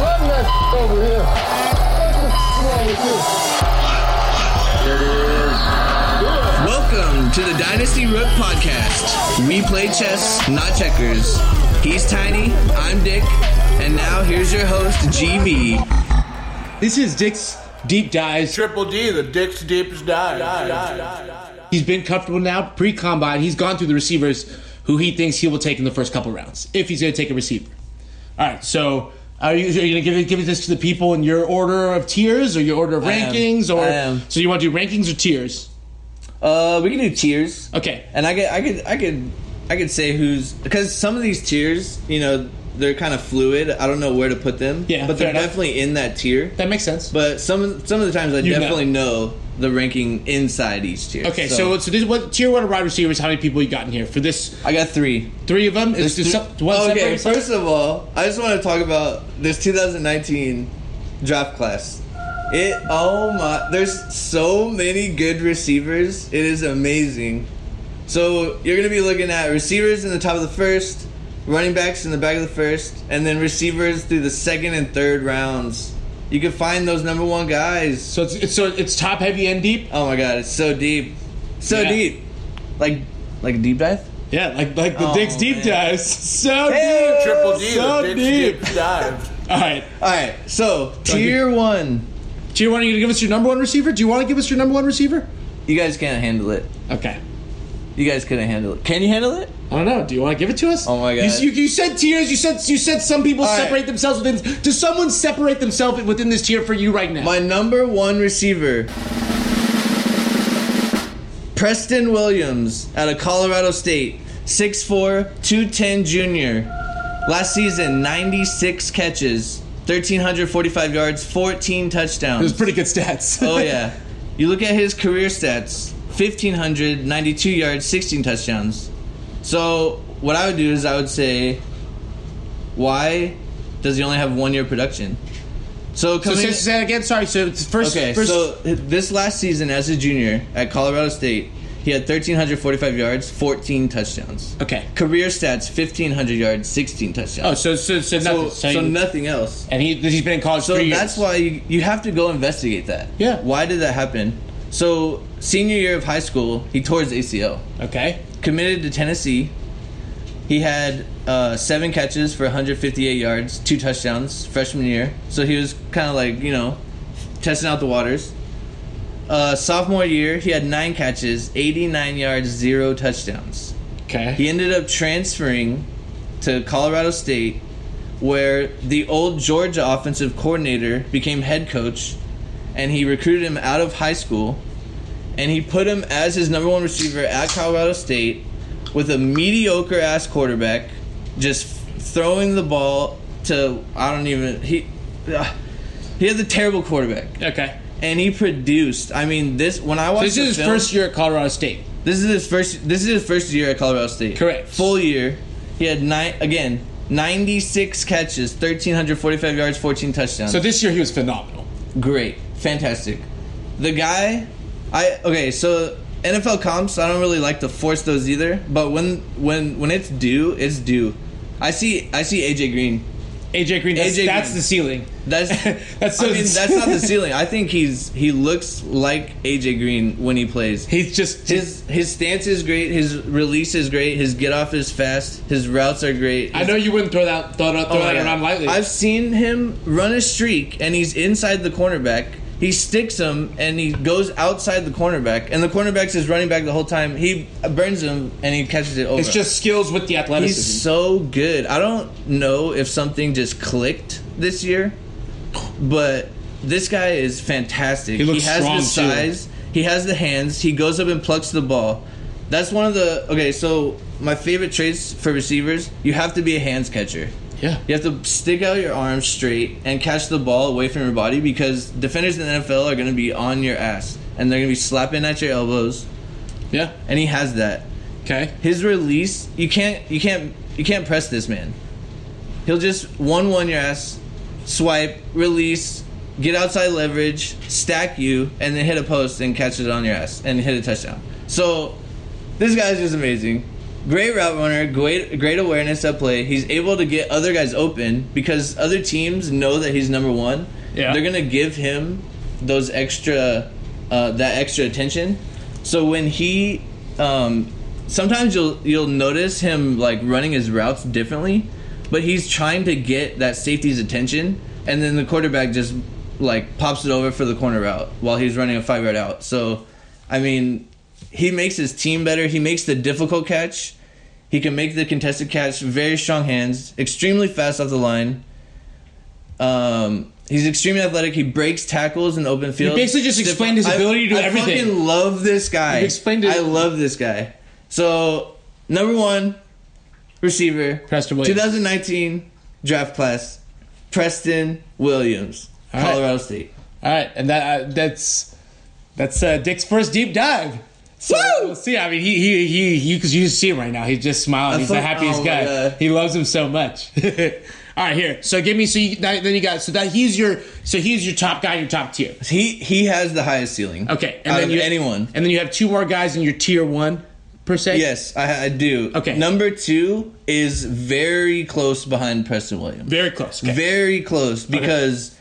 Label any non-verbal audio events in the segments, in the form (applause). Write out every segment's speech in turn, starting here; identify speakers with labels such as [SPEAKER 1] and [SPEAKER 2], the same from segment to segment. [SPEAKER 1] Run that over here.
[SPEAKER 2] Welcome to the Dynasty Rook Podcast. We play chess, not checkers. He's Tiny, I'm Dick, and now here's your host, GB.
[SPEAKER 3] This is Dick's deep dives.
[SPEAKER 4] Triple D, the dick's deepest dive.
[SPEAKER 3] He's been comfortable now pre combine. He's gone through the receivers who he thinks he will take in the first couple rounds if he's going to take a receiver. All right, so are you, are you going to give it, give this to the people in your order of tiers or your order of
[SPEAKER 5] am.
[SPEAKER 3] rankings or
[SPEAKER 5] I am.
[SPEAKER 3] so you want to do rankings or tiers?
[SPEAKER 5] Uh, we can do tiers.
[SPEAKER 3] Okay,
[SPEAKER 5] And I could, I could, I could, I could say who's because some of these tiers, you know, they're kind of fluid. I don't know where to put them.
[SPEAKER 3] Yeah,
[SPEAKER 5] but they're
[SPEAKER 3] fair enough.
[SPEAKER 5] definitely in that tier.
[SPEAKER 3] that makes sense.
[SPEAKER 5] But some some of the times I
[SPEAKER 3] You know.
[SPEAKER 5] definitely know. the ranking inside each tier.
[SPEAKER 3] okay, so so this what tier one wide receivers? How many people you got in here for this?
[SPEAKER 5] I got three.
[SPEAKER 3] Three Oh, of them is
[SPEAKER 5] There's
[SPEAKER 3] just
[SPEAKER 5] th-
[SPEAKER 3] one
[SPEAKER 5] Oh, okay,
[SPEAKER 3] separate?
[SPEAKER 5] first of all, I just want to talk about this 2019 draft class. It oh my, there's so many good receivers. It is amazing. So you're gonna be looking at receivers in the top of the first, running backs in the back of the first, and then receivers through the second and third rounds. You can find those number one guys.
[SPEAKER 3] So it's, it's so it's top heavy and deep.
[SPEAKER 5] oh my god, it's so deep, so
[SPEAKER 3] Yeah.
[SPEAKER 5] deep, like like a deep dive.
[SPEAKER 3] Yeah, like like the
[SPEAKER 5] Oh,
[SPEAKER 3] Dick's deep
[SPEAKER 5] man.
[SPEAKER 3] dives. (laughs) So
[SPEAKER 5] Hey!
[SPEAKER 3] deep.
[SPEAKER 4] Triple D,
[SPEAKER 3] So
[SPEAKER 4] the dick's
[SPEAKER 3] deep.
[SPEAKER 4] deepest dive.
[SPEAKER 3] All right.
[SPEAKER 5] All right, so tier one.
[SPEAKER 3] Do you want to give us your number one receiver? Do you want to give us your number one receiver?
[SPEAKER 5] You guys can't handle it.
[SPEAKER 3] Okay.
[SPEAKER 5] You guys couldn't handle it. Can you handle it?
[SPEAKER 3] I don't know. Do you want to give it to us?
[SPEAKER 5] Oh my God.
[SPEAKER 3] You, you, you said tiers. You said you said some people
[SPEAKER 5] All right.
[SPEAKER 3] separate themselves within. Does someone separate themselves within this tier for you right now?
[SPEAKER 5] My number one receiver, Preston Williams, out of Colorado State, 6'4, 210 junior. Last season, 96 catches, 1,345 yards, 14 touchdowns.
[SPEAKER 3] it was pretty good stats.
[SPEAKER 5] oh, yeah. You look at his career stats 1,592 yards, 16 touchdowns. So, what I would do is I would say, why does he only have one year production? So,
[SPEAKER 3] (laughs) so
[SPEAKER 5] coming,
[SPEAKER 3] say, say that again. Sorry. So it's first.
[SPEAKER 5] Okay,
[SPEAKER 3] first,
[SPEAKER 5] so this last season as a junior at Colorado State, he had 1,345 yards, 14 touchdowns.
[SPEAKER 3] Okay.
[SPEAKER 5] Career stats 1,500 yards, 16 touchdowns.
[SPEAKER 3] Oh, so so so
[SPEAKER 5] so,
[SPEAKER 3] nothing.
[SPEAKER 5] so,
[SPEAKER 3] you-
[SPEAKER 5] nothing else.
[SPEAKER 3] And he he's been in college
[SPEAKER 5] So
[SPEAKER 3] three years.
[SPEAKER 5] that's why you, you have to go investigate that.
[SPEAKER 3] Yeah.
[SPEAKER 5] Why did that happen? So, senior year of high school, he tore his ACL.
[SPEAKER 3] Okay.
[SPEAKER 5] Committed to Tennessee. He had uh, seven catches for 158 yards, two touchdowns freshman year. So he was kind of like, you know, testing out the waters. Uh, sophomore year, he had nine catches, 89 yards, zero touchdowns.
[SPEAKER 3] Okay.
[SPEAKER 5] He ended up transferring to Colorado State, where the old Georgia offensive coordinator became head coach, and he recruited him out of high school, and he put him as his number one receiver at Colorado State with a mediocre ass quarterback, just throwing the ball to I don't even he. ah, he had a terrible quarterback,
[SPEAKER 3] Okay.
[SPEAKER 5] and he produced. I mean, this when I watched
[SPEAKER 3] This
[SPEAKER 5] the
[SPEAKER 3] is his
[SPEAKER 5] film-
[SPEAKER 3] first year at Colorado State.
[SPEAKER 5] this is his first. This is his first year at Colorado State.
[SPEAKER 3] Correct.
[SPEAKER 5] Full year. He had nine again. Ninety-six catches, thirteen hundred forty-five yards, fourteen touchdowns.
[SPEAKER 3] So this year he was phenomenal.
[SPEAKER 5] great, fantastic. The guy, I okay. So NFL comps, I don't really like to force those either. But when when when it's due, it's due. I see I see AJ Green.
[SPEAKER 3] AJ Green. That's,
[SPEAKER 5] AJ
[SPEAKER 3] that's
[SPEAKER 5] Green.
[SPEAKER 3] the ceiling.
[SPEAKER 5] That's
[SPEAKER 3] (laughs) That's so-
[SPEAKER 5] I mean that's not the ceiling. I think he's he looks like AJ Green when he plays.
[SPEAKER 3] He's just
[SPEAKER 5] His his stance is great. His release is great. His get off is fast. His routes are great.
[SPEAKER 3] I know you wouldn't throw that throw, that- throw
[SPEAKER 5] Oh my
[SPEAKER 3] that
[SPEAKER 5] God.
[SPEAKER 3] around lightly.
[SPEAKER 5] I've seen him run a streak, and he's inside the cornerback. He sticks him, and he goes outside the cornerback, and the cornerback's his running back the whole time. He burns him, and he catches it over.
[SPEAKER 3] it's just skills with the athleticism.
[SPEAKER 5] he's so good. I don't know if something just clicked this year, but this guy is fantastic.
[SPEAKER 3] He looks
[SPEAKER 5] has the
[SPEAKER 3] strong, too.
[SPEAKER 5] size. He has the hands. He goes up and plucks the ball. That's one of the okay. So my favorite traits for receivers: you have to be a hands catcher.
[SPEAKER 3] Yeah.
[SPEAKER 5] You have to stick out your arms straight and catch the ball away from your body because defenders in the NFL are going to be on your ass and they're going to be slapping at your elbows.
[SPEAKER 3] yeah.
[SPEAKER 5] And he has that.
[SPEAKER 3] Okay.
[SPEAKER 5] His release, you can't, you can't, you can't press this man. He'll just one one your ass, swipe, release, get outside leverage, stack you, and then hit a post and catch it on your ass and hit a touchdown. So, this guy's just amazing. Great route runner, great great awareness at play. He's able to get other guys open because other teams know that he's number one.
[SPEAKER 3] Yeah.
[SPEAKER 5] They're gonna give him those extra uh, that extra attention. So when he um, sometimes you'll you'll notice him like running his routes differently, but he's trying to get that safety's attention, and then the quarterback just like pops it over for the corner route while he's running a five yard out. So, I mean, he makes his team better. He makes the difficult catch. He can make the contested catch. Very strong hands. Extremely fast off the line. Um, he's extremely athletic. He breaks tackles in the open field.
[SPEAKER 3] basically just
[SPEAKER 5] Stiff-
[SPEAKER 3] explained his ability to do
[SPEAKER 5] I
[SPEAKER 3] everything.
[SPEAKER 5] fucking love this guy.
[SPEAKER 3] You explained it.
[SPEAKER 5] I love this guy. So number one receiver,
[SPEAKER 3] Preston Williams.
[SPEAKER 5] 2019 draft class, Preston Williams,
[SPEAKER 3] All right.
[SPEAKER 5] Colorado State.
[SPEAKER 3] All right, and that uh, that's that's uh, Dick's first deep dive. So we'll see, I mean, he he he, you because you just see him right now. He's just smiling. He's the
[SPEAKER 5] thought-
[SPEAKER 3] happiest
[SPEAKER 5] oh my
[SPEAKER 3] guy.
[SPEAKER 5] God.
[SPEAKER 3] He loves him so much. (laughs) All right, here. So give me. So you, that, then you got. So that he's your. So he's your top guy. in Your top tier.
[SPEAKER 5] He he has the highest ceiling.
[SPEAKER 3] Okay,
[SPEAKER 5] out of
[SPEAKER 3] you,
[SPEAKER 5] anyone.
[SPEAKER 3] And then you have two more guys in your tier one per se.
[SPEAKER 5] Yes, I, I do.
[SPEAKER 3] Okay.
[SPEAKER 5] Number two is very close behind Preston Williams.
[SPEAKER 3] very close. Okay.
[SPEAKER 5] Very close because,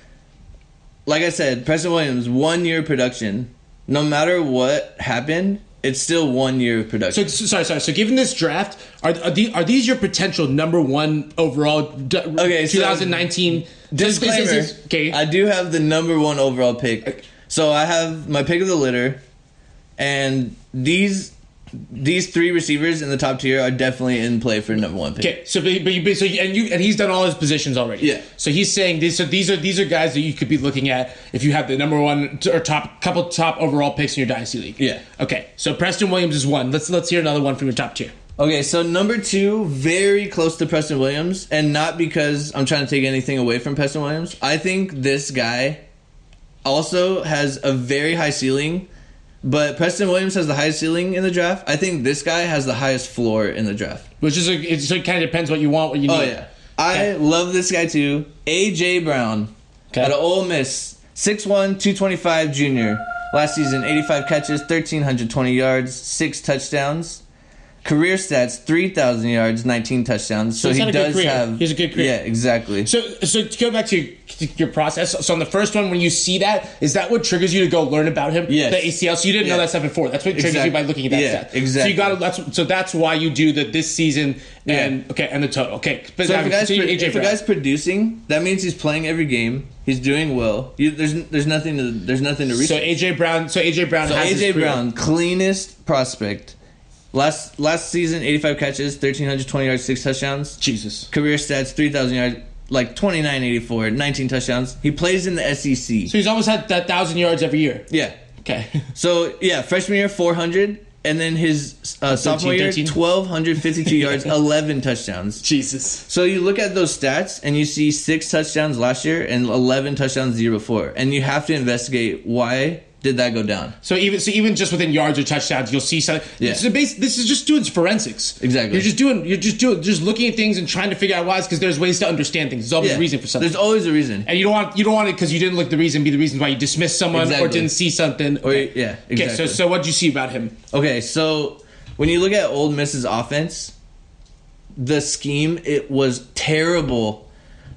[SPEAKER 5] like I said, Preston Williams one year of production. No matter what happened, it's still one year of
[SPEAKER 3] So,
[SPEAKER 5] production.
[SPEAKER 3] so- sorry, sorry. So, given this draft, are are, the, are these your potential number one overall? d-
[SPEAKER 5] Okay, so-
[SPEAKER 3] 2019
[SPEAKER 5] Disclaimer:
[SPEAKER 3] This- this- this- okay,
[SPEAKER 5] I do have the number one overall pick, so I have my pick of the litter, and these these three receivers in the top tier are definitely in play for number one pick.
[SPEAKER 3] Okay, so but, but you but- so you- and you and he's done all his positions already.
[SPEAKER 5] Yeah.
[SPEAKER 3] So he's saying these. So these are these are guys that you could be looking at if you have the number one t- or top couple top overall picks in your dynasty league.
[SPEAKER 5] Yeah.
[SPEAKER 3] Okay. So Preston Williams is one. Let's let's hear another one from your top tier.
[SPEAKER 5] Okay, so number two, very close to Preston Williams, and not because I'm trying to take anything away from Preston Williams. I think this guy also has a very high ceiling, but Preston Williams has the highest ceiling in the draft. I think this guy has the highest floor in the draft.
[SPEAKER 3] Which is a, it, so it kind of depends what you want, what you need.
[SPEAKER 5] Oh yeah, I love this guy too. AJ Brown
[SPEAKER 3] Okay.
[SPEAKER 5] out of Ole Miss, 6'1", 225 junior. Last season, eighty five catches, thirteen hundred twenty yards, six touchdowns. Career stats: three thousand yards, nineteen touchdowns. So,
[SPEAKER 3] he's
[SPEAKER 5] he
[SPEAKER 3] had a good
[SPEAKER 5] does
[SPEAKER 3] career.
[SPEAKER 5] have.
[SPEAKER 3] He has a good career.
[SPEAKER 5] Yeah, exactly.
[SPEAKER 3] So, so to go back to your, to your process, so on the first one, when you see that, is that what triggers you to go learn about him?
[SPEAKER 5] Yes.
[SPEAKER 3] The ACL. So you didn't know
[SPEAKER 5] Yeah.
[SPEAKER 3] that stuff before. That's what triggers
[SPEAKER 5] Exact-
[SPEAKER 3] you by looking at that
[SPEAKER 5] yeah,
[SPEAKER 3] stuff. So
[SPEAKER 5] exactly.
[SPEAKER 3] you got to. That's so that's why you do the this season and okay and the total. Okay. But
[SPEAKER 5] So
[SPEAKER 3] now,
[SPEAKER 5] if a guy's,
[SPEAKER 3] continue,
[SPEAKER 5] pro-
[SPEAKER 3] AJ
[SPEAKER 5] if a
[SPEAKER 3] Brown.
[SPEAKER 5] guy's producing, that means he's playing every game. He's doing well. You, there's there's nothing to there's nothing to research.
[SPEAKER 3] so AJ Brown. So AJ Brown.
[SPEAKER 5] So
[SPEAKER 3] has his
[SPEAKER 5] AJ
[SPEAKER 3] career.
[SPEAKER 5] Brown, cleanest prospect. Last last season, 85 catches, 1320 yards, six touchdowns.
[SPEAKER 3] Jesus.
[SPEAKER 5] Career stats, 3000 yards, like 2984, 19 touchdowns. He plays in the SEC.
[SPEAKER 3] So he's almost had that thousand yards
[SPEAKER 5] (laughs)
[SPEAKER 3] every year.
[SPEAKER 5] yeah.
[SPEAKER 3] Okay.
[SPEAKER 5] So yeah, freshman year 400, and then his uh, sophomore year
[SPEAKER 3] 13.
[SPEAKER 5] 1252
[SPEAKER 3] (laughs)
[SPEAKER 5] yards, 11 touchdowns.
[SPEAKER 3] Jesus.
[SPEAKER 5] So you look at those stats and you see six touchdowns last year and 11 touchdowns the year before, and you have to investigate why did that go down.
[SPEAKER 3] So even so, even just within yards or touchdowns, you'll see something.
[SPEAKER 5] Yeah.
[SPEAKER 3] So bas- this is just doing forensics.
[SPEAKER 5] Exactly.
[SPEAKER 3] You're just doing. You're just doing. Just looking at things and trying to figure out why. It's because there's ways to understand things. There's always
[SPEAKER 5] Yeah.
[SPEAKER 3] a reason for something.
[SPEAKER 5] There's always a reason.
[SPEAKER 3] and you don't want you don't want it because you didn't look at the reason be the reasons why you dismissed someone or
[SPEAKER 5] Exactly.
[SPEAKER 3] didn't see something.
[SPEAKER 5] Or yeah, exactly.
[SPEAKER 3] Okay. So so what would you see about him?
[SPEAKER 5] Okay, so when you look at Old Miss's offense, the scheme it was terrible.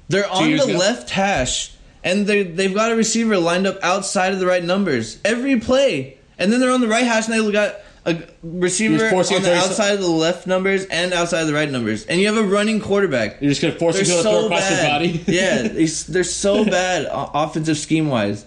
[SPEAKER 5] They're on
[SPEAKER 3] years
[SPEAKER 5] the
[SPEAKER 3] ago?
[SPEAKER 5] left hash, and they they've got a receiver lined up outside of the right numbers every play, and then they're on the right hash, and they got a receiver
[SPEAKER 3] forcing
[SPEAKER 5] on
[SPEAKER 3] a
[SPEAKER 5] the
[SPEAKER 3] thirty-
[SPEAKER 5] outside of the left numbers and outside of the right numbers, and you have a running quarterback.
[SPEAKER 3] You're just gonna force him to throw across your body.
[SPEAKER 5] (laughs) yeah, he's- they're so bad o- offensive scheme wise.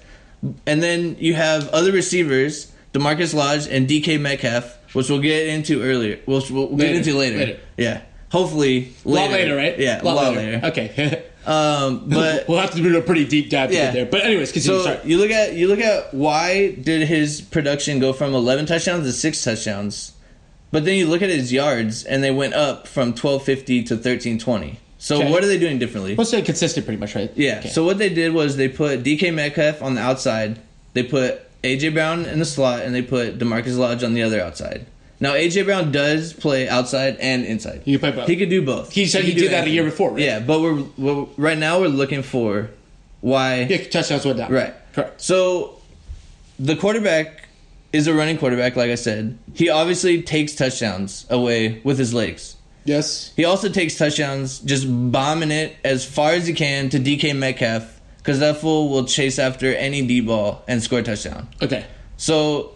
[SPEAKER 5] And then you have other receivers, Demarcus Lodge and DK Metcalf, which we'll get into earlier. Which we'll get
[SPEAKER 3] Later,
[SPEAKER 5] into later.
[SPEAKER 3] later.
[SPEAKER 5] Yeah, hopefully
[SPEAKER 3] (laughs) A
[SPEAKER 5] later.
[SPEAKER 3] lot later, right?
[SPEAKER 5] Yeah, a lot, later.
[SPEAKER 3] Okay. (laughs)
[SPEAKER 5] Um, but
[SPEAKER 3] we'll have to do a pretty deep dive to
[SPEAKER 5] Yeah.
[SPEAKER 3] get there. But anyways, continue.
[SPEAKER 5] so
[SPEAKER 3] Sorry.
[SPEAKER 5] you look at you look at why did his production go from 11 touchdowns to six touchdowns, but then you look at his yards and they went up from 1250 to 1320. So
[SPEAKER 3] Okay.
[SPEAKER 5] what are they doing differently?
[SPEAKER 3] Let's say consistent, pretty much, right?
[SPEAKER 5] Yeah.
[SPEAKER 3] Okay.
[SPEAKER 5] So what they did was they put DK Metcalf on the outside. They put AJ Brown in the slot, and they put Demarcus Lodge on the other outside. Now AJ Brown does play outside and inside.
[SPEAKER 3] He can play both.
[SPEAKER 5] He could do both.
[SPEAKER 3] He said he
[SPEAKER 5] could do
[SPEAKER 3] did that a
[SPEAKER 5] anything.
[SPEAKER 3] year before, right?
[SPEAKER 5] Yeah, but we're, we're right now we're looking for why
[SPEAKER 3] yeah, touchdowns went down.
[SPEAKER 5] Right.
[SPEAKER 3] Correct.
[SPEAKER 5] So the quarterback is a running quarterback, like I said. He obviously takes touchdowns away with his legs.
[SPEAKER 3] Yes.
[SPEAKER 5] He also takes touchdowns, just bombing it as far as he can to DK Metcalf, because that fool will chase after any D ball and score a touchdown.
[SPEAKER 3] Okay.
[SPEAKER 5] So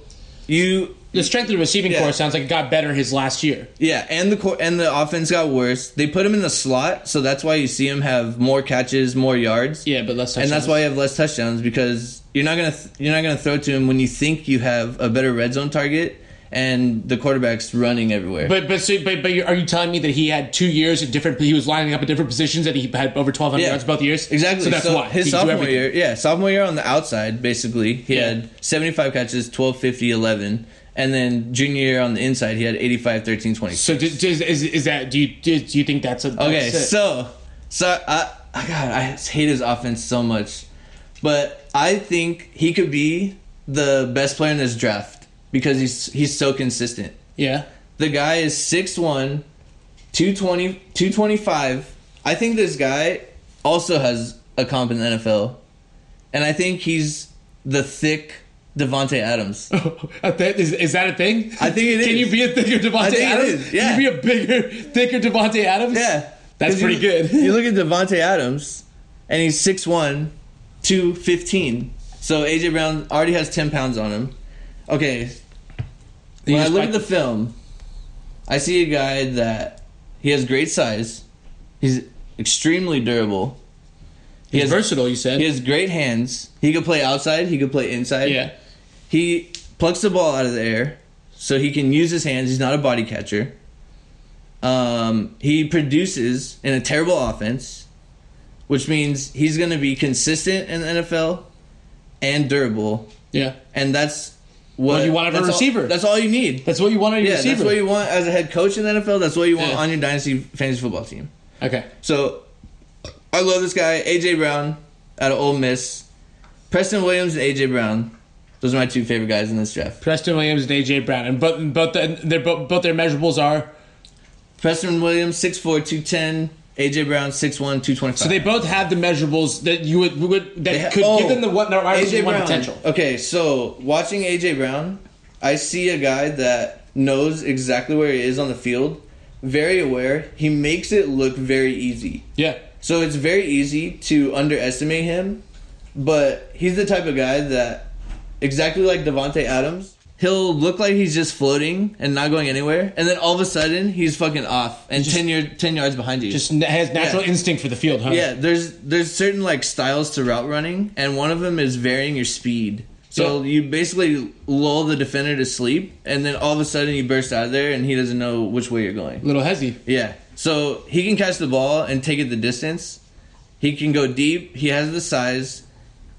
[SPEAKER 5] you
[SPEAKER 3] The strength of the receiving
[SPEAKER 5] Yeah.
[SPEAKER 3] core sounds like it got better his last year.
[SPEAKER 5] Yeah, and the cor- and the offense got worse. They put him in the slot, so that's why you see him have more catches, more yards.
[SPEAKER 3] Yeah, but less.
[SPEAKER 5] and that's
[SPEAKER 3] touchdowns.
[SPEAKER 5] why you have less touchdowns because you're not gonna th- you're not gonna throw to him when you think you have a better red zone target and the quarterback's running everywhere.
[SPEAKER 3] But but so, but but are you telling me that he had two years at different? He was lining up at different positions and he had over twelve hundred
[SPEAKER 5] Yeah.
[SPEAKER 3] yards both years.
[SPEAKER 5] exactly.
[SPEAKER 3] So that's why
[SPEAKER 5] his
[SPEAKER 3] He could do
[SPEAKER 5] sophomore
[SPEAKER 3] everything.
[SPEAKER 5] year, yeah, sophomore year on the outside basically, he
[SPEAKER 3] Yeah.
[SPEAKER 5] had 75 catches, 12, 50, 11, and then junior year on the inside he had 85, 13, 20.
[SPEAKER 3] So d- d- is, is, is that do you do you think that's a
[SPEAKER 5] Okay,
[SPEAKER 3] that's it?
[SPEAKER 5] so so I, I God, I hate his offense so much, but I think he could be the best player in this draft because he's he's so consistent.
[SPEAKER 3] yeah (laughs)
[SPEAKER 5] The guy is 6'1", 220, 225. I think this guy also has a comp in the NFL, and I think he's the thick Devonte
[SPEAKER 3] (laughs)
[SPEAKER 5] Adams.
[SPEAKER 3] is, is that a thing?
[SPEAKER 5] I think it
[SPEAKER 3] Can
[SPEAKER 5] is.
[SPEAKER 3] you be a thicker
[SPEAKER 5] I
[SPEAKER 3] Devonte
[SPEAKER 5] think it
[SPEAKER 3] Adams?
[SPEAKER 5] is, yeah.
[SPEAKER 3] Can you be a bigger, thicker Devonte Adams?
[SPEAKER 5] Yeah.
[SPEAKER 3] That's
[SPEAKER 5] 'Cause
[SPEAKER 3] pretty
[SPEAKER 5] you- (laughs)
[SPEAKER 3] good.
[SPEAKER 5] you look at Devonte Adams, and he's 6'1", 215. So AJ Brown already has 10 pounds on him. Okay,
[SPEAKER 3] (laughs) You
[SPEAKER 5] when I
[SPEAKER 3] just
[SPEAKER 5] look
[SPEAKER 3] like-
[SPEAKER 5] at the film, I see a guy that he has great size. He's extremely durable. He
[SPEAKER 3] he's
[SPEAKER 5] has,
[SPEAKER 3] versatile. You said
[SPEAKER 5] he has great hands. He could play outside. He could play inside.
[SPEAKER 3] yeah.
[SPEAKER 5] He plucks the ball out of the air, so he can use his hands. He's not a body catcher. Um, he produces in a terrible offense, which means he's going to be consistent in the NFL and durable,
[SPEAKER 3] Yeah,
[SPEAKER 5] and that's what
[SPEAKER 3] What you want of a
[SPEAKER 5] that's all-
[SPEAKER 3] receiver.
[SPEAKER 5] that's all you need.
[SPEAKER 3] that's what you want on your
[SPEAKER 5] yeah,
[SPEAKER 3] receiver.
[SPEAKER 5] that's what you want as a head coach in the NFL. That's what you want
[SPEAKER 3] Yeah.
[SPEAKER 5] on your dynasty fantasy football team.
[SPEAKER 3] okay,
[SPEAKER 5] So I love this guy, AJ Brown out of Ole Miss. Preston Williams and AJ Brown. Those are my two favorite guys in this draft.
[SPEAKER 3] Preston Williams and AJ Brown, and both and both the, their both, both their measurables are
[SPEAKER 5] Preston Williams, 6'4, 210. AJ Brown, 6'1, 225.
[SPEAKER 3] so they both have the measurables that you would, would that
[SPEAKER 5] They ha-
[SPEAKER 3] could
[SPEAKER 5] oh,
[SPEAKER 3] give them the what their
[SPEAKER 5] AJ
[SPEAKER 3] one
[SPEAKER 5] Brown.
[SPEAKER 3] potential.
[SPEAKER 5] Okay, so watching AJ Brown, I see a guy that knows exactly where he is on the field, very aware. He makes it look very easy.
[SPEAKER 3] Yeah,
[SPEAKER 5] So it's very easy to underestimate him, but he's the type of guy that, exactly like Devonte Adams, he'll look like he's just floating and not going anywhere, and then all of a sudden he's fucking off and ten yard, ten yards behind you.
[SPEAKER 3] just n- has natural
[SPEAKER 5] Yeah.
[SPEAKER 3] instinct for the field, huh?
[SPEAKER 5] yeah, there's there's certain like styles to route running, and one of them is varying your speed. So you basically lull the defender to sleep, and then all of a sudden you burst out of there, and he doesn't know which way you're going.
[SPEAKER 3] little hezzy.
[SPEAKER 5] Yeah. So he can catch the ball and take it the distance. He can go deep. He has the size.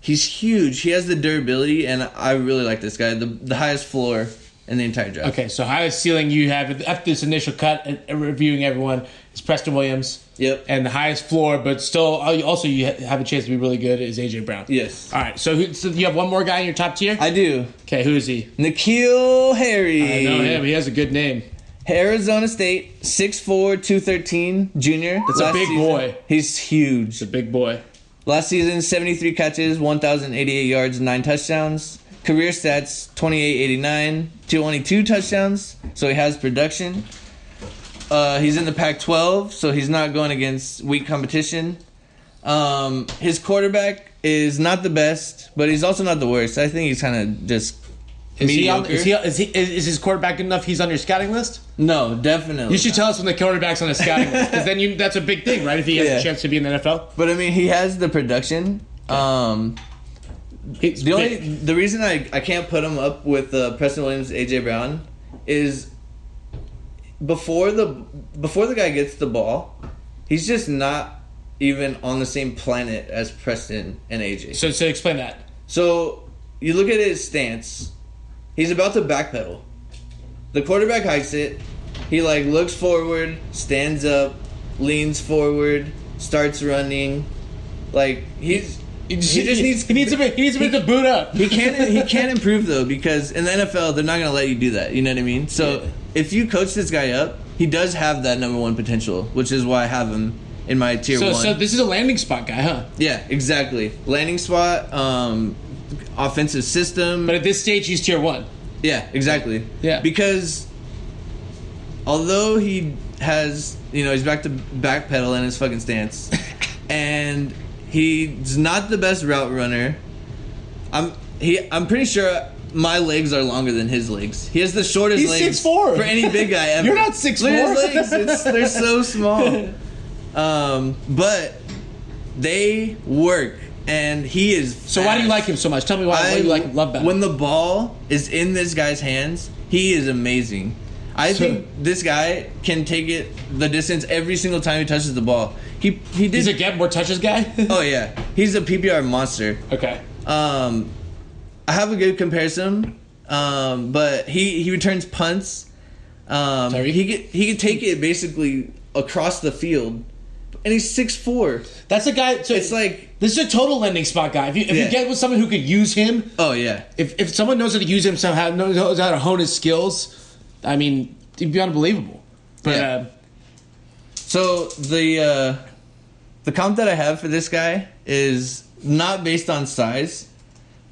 [SPEAKER 5] He's huge. He has the durability, and I really like this guy. The the highest floor in the entire draft.
[SPEAKER 3] Okay, so highest ceiling you have after this initial cut and and reviewing everyone is Preston Williams.
[SPEAKER 5] Yep.
[SPEAKER 3] And the highest floor, but still, also you ha- have a chance to be really good is AJ Brown.
[SPEAKER 5] Yes.
[SPEAKER 3] All right, so, who, so you have one more guy in your top tier.
[SPEAKER 5] I do.
[SPEAKER 3] okay, who is he?
[SPEAKER 5] Nikhil Harry.
[SPEAKER 3] I know him. He has a good name.
[SPEAKER 5] Arizona State, 6'4", 213, junior.
[SPEAKER 3] That's a
[SPEAKER 5] Last
[SPEAKER 3] big
[SPEAKER 5] season-
[SPEAKER 3] boy.
[SPEAKER 5] He's huge.
[SPEAKER 3] He's a big boy.
[SPEAKER 5] Last season, 73 catches, 1,088 yards, 9 touchdowns. Career stats, 2889, 222 touchdowns. So he has production. Uh, he's in the Pac 12, so he's not going against weak competition. Um, his quarterback is not the best, but he's also not the worst. I think he's kind of just.
[SPEAKER 3] Is he, on,
[SPEAKER 5] mediocre.
[SPEAKER 3] is, he, is he is is his quarterback good enough? He's on your scouting list.
[SPEAKER 5] No, definitely.
[SPEAKER 3] You should tell us when the quarterback's on the scouting list, because then you, that's a big thing, right? If he has
[SPEAKER 5] Yeah.
[SPEAKER 3] a chance to be in the NFL,
[SPEAKER 5] But I mean, he has the production. Um,
[SPEAKER 3] He's
[SPEAKER 5] the only
[SPEAKER 3] big.
[SPEAKER 5] the reason I, I can't put him up with uh, Preston Williams, AJ Brown, is before the before the guy gets the ball, he's just not even on the same planet as Preston and AJ. So,
[SPEAKER 3] so so explain that.
[SPEAKER 5] you look at his stance, he's about to backpedal. The quarterback hikes it. He like looks forward, stands up, leans forward, starts running. Like he's he just needs
[SPEAKER 3] he needs a bit he needs a bit to boot up.
[SPEAKER 5] he can't he can't improve though because in the NFL they're not gonna let you do that. You know what I mean? So
[SPEAKER 3] Yeah.
[SPEAKER 5] if you coach this guy up, he does have that number one potential, which is why I have him in my tier
[SPEAKER 3] So,
[SPEAKER 5] one.
[SPEAKER 3] so this is a landing spot guy, huh?
[SPEAKER 5] yeah, exactly. Landing spot, um, offensive system.
[SPEAKER 3] But at this stage, he's tier one.
[SPEAKER 5] Yeah, exactly.
[SPEAKER 3] Yeah.
[SPEAKER 5] Because although he has, you know, he's back to backpedal in his fucking stance,
[SPEAKER 3] (laughs)
[SPEAKER 5] and he's not the best route runner. I'm he. I'm pretty sure my legs are longer than his legs. He has the shortest
[SPEAKER 3] He's
[SPEAKER 5] legs
[SPEAKER 3] 6'4".
[SPEAKER 5] for any big
[SPEAKER 3] (laughs)
[SPEAKER 5] guy ever.
[SPEAKER 3] You're not 6'4".
[SPEAKER 5] Look at his legs.
[SPEAKER 3] (laughs)
[SPEAKER 5] It's, they're so small. Um, but they work, and he is.
[SPEAKER 3] So why do you
[SPEAKER 5] fast.
[SPEAKER 3] like him so much? Tell me why, why you like him, love Batman.
[SPEAKER 5] When the ball is in this guy's hands, he is amazing. I
[SPEAKER 3] So-
[SPEAKER 5] think this guy can take it the distance every single time he touches the ball. He he did.
[SPEAKER 3] He's a get more touches guy. (laughs)
[SPEAKER 5] oh yeah, he's a PPR monster.
[SPEAKER 3] okay.
[SPEAKER 5] Um, I have a good comparison, um, but he he returns punts. Um,
[SPEAKER 3] Tyreek?
[SPEAKER 5] he could, he could take it basically across the field, and he's six four.
[SPEAKER 3] That's a guy. So
[SPEAKER 5] It's like
[SPEAKER 3] this is a total landing spot guy. If you, if
[SPEAKER 5] Yeah.
[SPEAKER 3] you get with someone who could use him,
[SPEAKER 5] oh yeah,
[SPEAKER 3] if if someone knows how to use him somehow, knows, knows how to hone his skills, I mean, it'd be unbelievable. But
[SPEAKER 5] Yeah.
[SPEAKER 3] uh,
[SPEAKER 5] So the uh, the comp that I have for this guy is not based on size,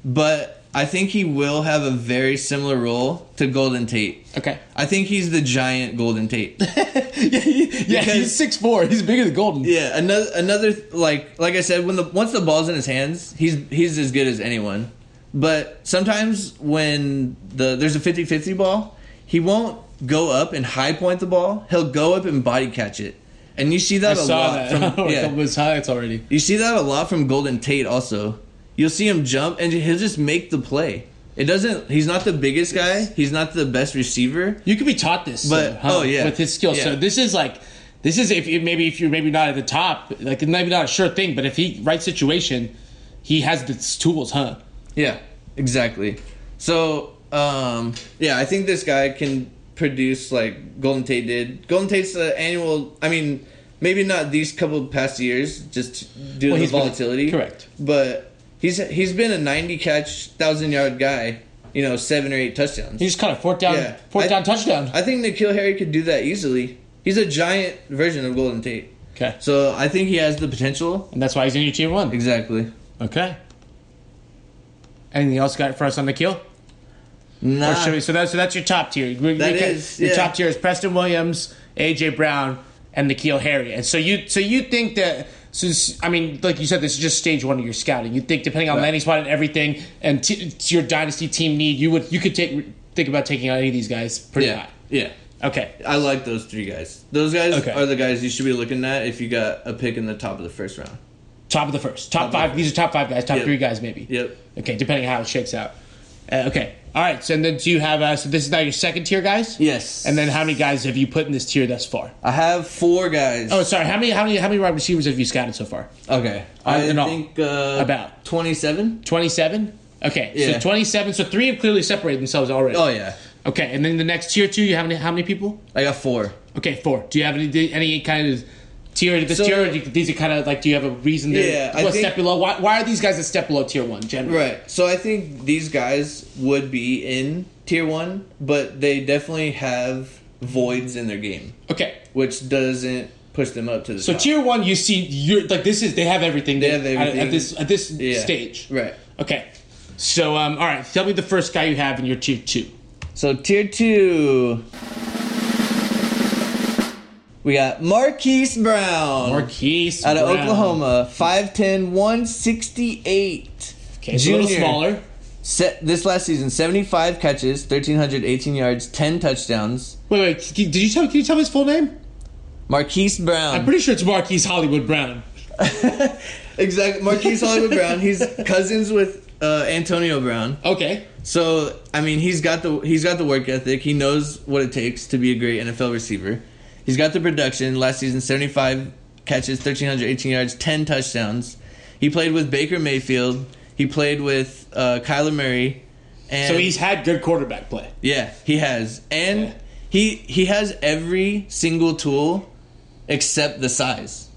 [SPEAKER 5] but I think he will have a very similar role to Golden Tate.
[SPEAKER 3] okay,
[SPEAKER 5] (laughs) I think he's the giant Golden
[SPEAKER 3] (laughs)
[SPEAKER 5] Tate.
[SPEAKER 3] yeah, yeah, he's
[SPEAKER 5] Because-
[SPEAKER 3] six four. He's bigger than Golden.
[SPEAKER 5] yeah, another another like like I said when the once the ball's in his hands, he's he's as good as anyone. But sometimes when the there's a 50-50 ball, he won't go up and high point the ball. He'll go up and body catch it. And you see
[SPEAKER 3] I
[SPEAKER 5] that a
[SPEAKER 3] saw
[SPEAKER 5] lot
[SPEAKER 3] that. (laughs)
[SPEAKER 5] from
[SPEAKER 3] I
[SPEAKER 5] yeah.
[SPEAKER 3] saw his highlights already.
[SPEAKER 5] You see that a lot from Golden Tate also. You'll see him jump and he'll just make the play. It doesn't he's not the biggest guy, he's not the best receiver.
[SPEAKER 3] You could be taught this,
[SPEAKER 5] But-
[SPEAKER 3] so, huh,
[SPEAKER 5] oh, yeah.
[SPEAKER 3] with his skills. So
[SPEAKER 5] Yeah.
[SPEAKER 3] this is like, this is if you, maybe if you're maybe not at the top, like maybe not a sure thing, but if he right situation, he has the tools, huh?
[SPEAKER 5] Yeah, exactly. So, um yeah, I think this guy can produce like Golden Tate did. Golden Tate's the annual I mean, maybe not these couple past years just due
[SPEAKER 3] Well,
[SPEAKER 5] to
[SPEAKER 3] he's
[SPEAKER 5] the
[SPEAKER 3] been-
[SPEAKER 5] volatility.
[SPEAKER 3] correct.
[SPEAKER 5] But he's he's been a 90 catch 1000-yard guy, you know, 7 or 8 touchdowns.
[SPEAKER 3] He just caught a fourth down,
[SPEAKER 5] Yeah.
[SPEAKER 3] Um, fourth
[SPEAKER 5] I-
[SPEAKER 3] down touchdown.
[SPEAKER 5] I think Nikhil Harry could do that easily. He's a giant version of Golden Tate.
[SPEAKER 3] okay,
[SPEAKER 5] So I think he has the potential.
[SPEAKER 3] and that's why he's in your tier one.
[SPEAKER 5] Exactly.
[SPEAKER 3] Okay. Anything else got for us on the kill?
[SPEAKER 5] Nah.
[SPEAKER 3] Or should we, so that's so that's your top tier. We-
[SPEAKER 5] Ah. That
[SPEAKER 3] we can-
[SPEAKER 5] is,
[SPEAKER 3] your
[SPEAKER 5] yeah.
[SPEAKER 3] top tier is Preston Williams, AJ Brown, and Nikhil Harry. And so you so you think that since I mean, like you said, this is just stage one of your scouting. You think depending on
[SPEAKER 5] Right.
[SPEAKER 3] landing spot and everything, and t- it's your dynasty team need, you would you could take think about taking on any of these guys pretty
[SPEAKER 5] yeah.
[SPEAKER 3] high.
[SPEAKER 5] Yeah.
[SPEAKER 3] Okay,
[SPEAKER 5] I like those three guys. Those guys
[SPEAKER 3] Okay.
[SPEAKER 5] are the guys you should be looking at if you got a pick in the top of the first round.
[SPEAKER 3] top of the first, top,
[SPEAKER 5] of the
[SPEAKER 3] five.
[SPEAKER 5] first.
[SPEAKER 3] These are top five guys, top
[SPEAKER 5] Yep.
[SPEAKER 3] three guys maybe.
[SPEAKER 5] Yep.
[SPEAKER 3] Okay, depending on how it shakes out. Uh, okay, all right. So and then do you have uh, so this is now your second tier guys?
[SPEAKER 5] Yes.
[SPEAKER 3] And then how many guys have you put in this tier thus far?
[SPEAKER 5] I have four guys.
[SPEAKER 3] Oh, sorry. How many how many how many wide receivers have you scouted so far?
[SPEAKER 5] okay.
[SPEAKER 3] Uh,
[SPEAKER 5] I
[SPEAKER 3] in all.
[SPEAKER 5] think uh,
[SPEAKER 3] About.
[SPEAKER 5] twenty-seven.
[SPEAKER 3] Twenty seven. Okay, so
[SPEAKER 5] Yeah.
[SPEAKER 3] twenty seven. So three have clearly separated themselves already.
[SPEAKER 5] Oh yeah,
[SPEAKER 3] Okay, and then the next tier two, you have any, how many people?
[SPEAKER 5] I got four.
[SPEAKER 3] Okay, four. Do you have any any kind of tier? This
[SPEAKER 5] So-
[SPEAKER 3] tier, or do you- these are kind of like. Do you have a reason? They're,
[SPEAKER 5] Yeah, I
[SPEAKER 3] well,
[SPEAKER 5] think-
[SPEAKER 3] step below. Why, why are these guys a step below tier one? Generally,
[SPEAKER 5] Right. So I think these guys would be in tier one, but they definitely have voids in their game.
[SPEAKER 3] Okay,
[SPEAKER 5] which doesn't push them up to the
[SPEAKER 3] so
[SPEAKER 5] top.
[SPEAKER 3] tier one, you see, you're like this is they have everything.
[SPEAKER 5] They
[SPEAKER 3] that-
[SPEAKER 5] have
[SPEAKER 3] at- at,
[SPEAKER 5] everything.
[SPEAKER 3] this at this
[SPEAKER 5] Yeah.
[SPEAKER 3] stage.
[SPEAKER 5] Right.
[SPEAKER 3] Okay, so um, all right, tell me the first guy you have in your tier two.
[SPEAKER 5] So tier two, we got Marquise Brown
[SPEAKER 3] Marquise
[SPEAKER 5] out of
[SPEAKER 3] Brown.
[SPEAKER 5] Oklahoma, 5'10", 168.
[SPEAKER 3] Okay, it's a little smaller.
[SPEAKER 5] Set this last season, seventy five catches, thirteen hundred eighteen yards, ten touchdowns.
[SPEAKER 3] Wait, wait. c- Did you tell? Can you tell me his full name?
[SPEAKER 5] Marquise
[SPEAKER 3] I'm
[SPEAKER 5] Brown,
[SPEAKER 3] pretty sure it's Marquise Hollywood Brown.
[SPEAKER 5] exactly.
[SPEAKER 3] (laughs)
[SPEAKER 5] Marquise Hollywood Brown. He's cousins with uh, Antonio Brown.
[SPEAKER 3] Okay.
[SPEAKER 5] So I mean, he's got the he's got the work ethic. He knows what it takes to be a great NFL receiver. He's got the production. Last season, seventy five catches, thirteen hundred eighteen yards, ten touchdowns. He played with Baker Mayfield. He played with uh, Kyler Murray. And
[SPEAKER 3] So he's had good quarterback play.
[SPEAKER 5] yeah, he has, and
[SPEAKER 3] Yeah.
[SPEAKER 5] he he has every single tool except the size.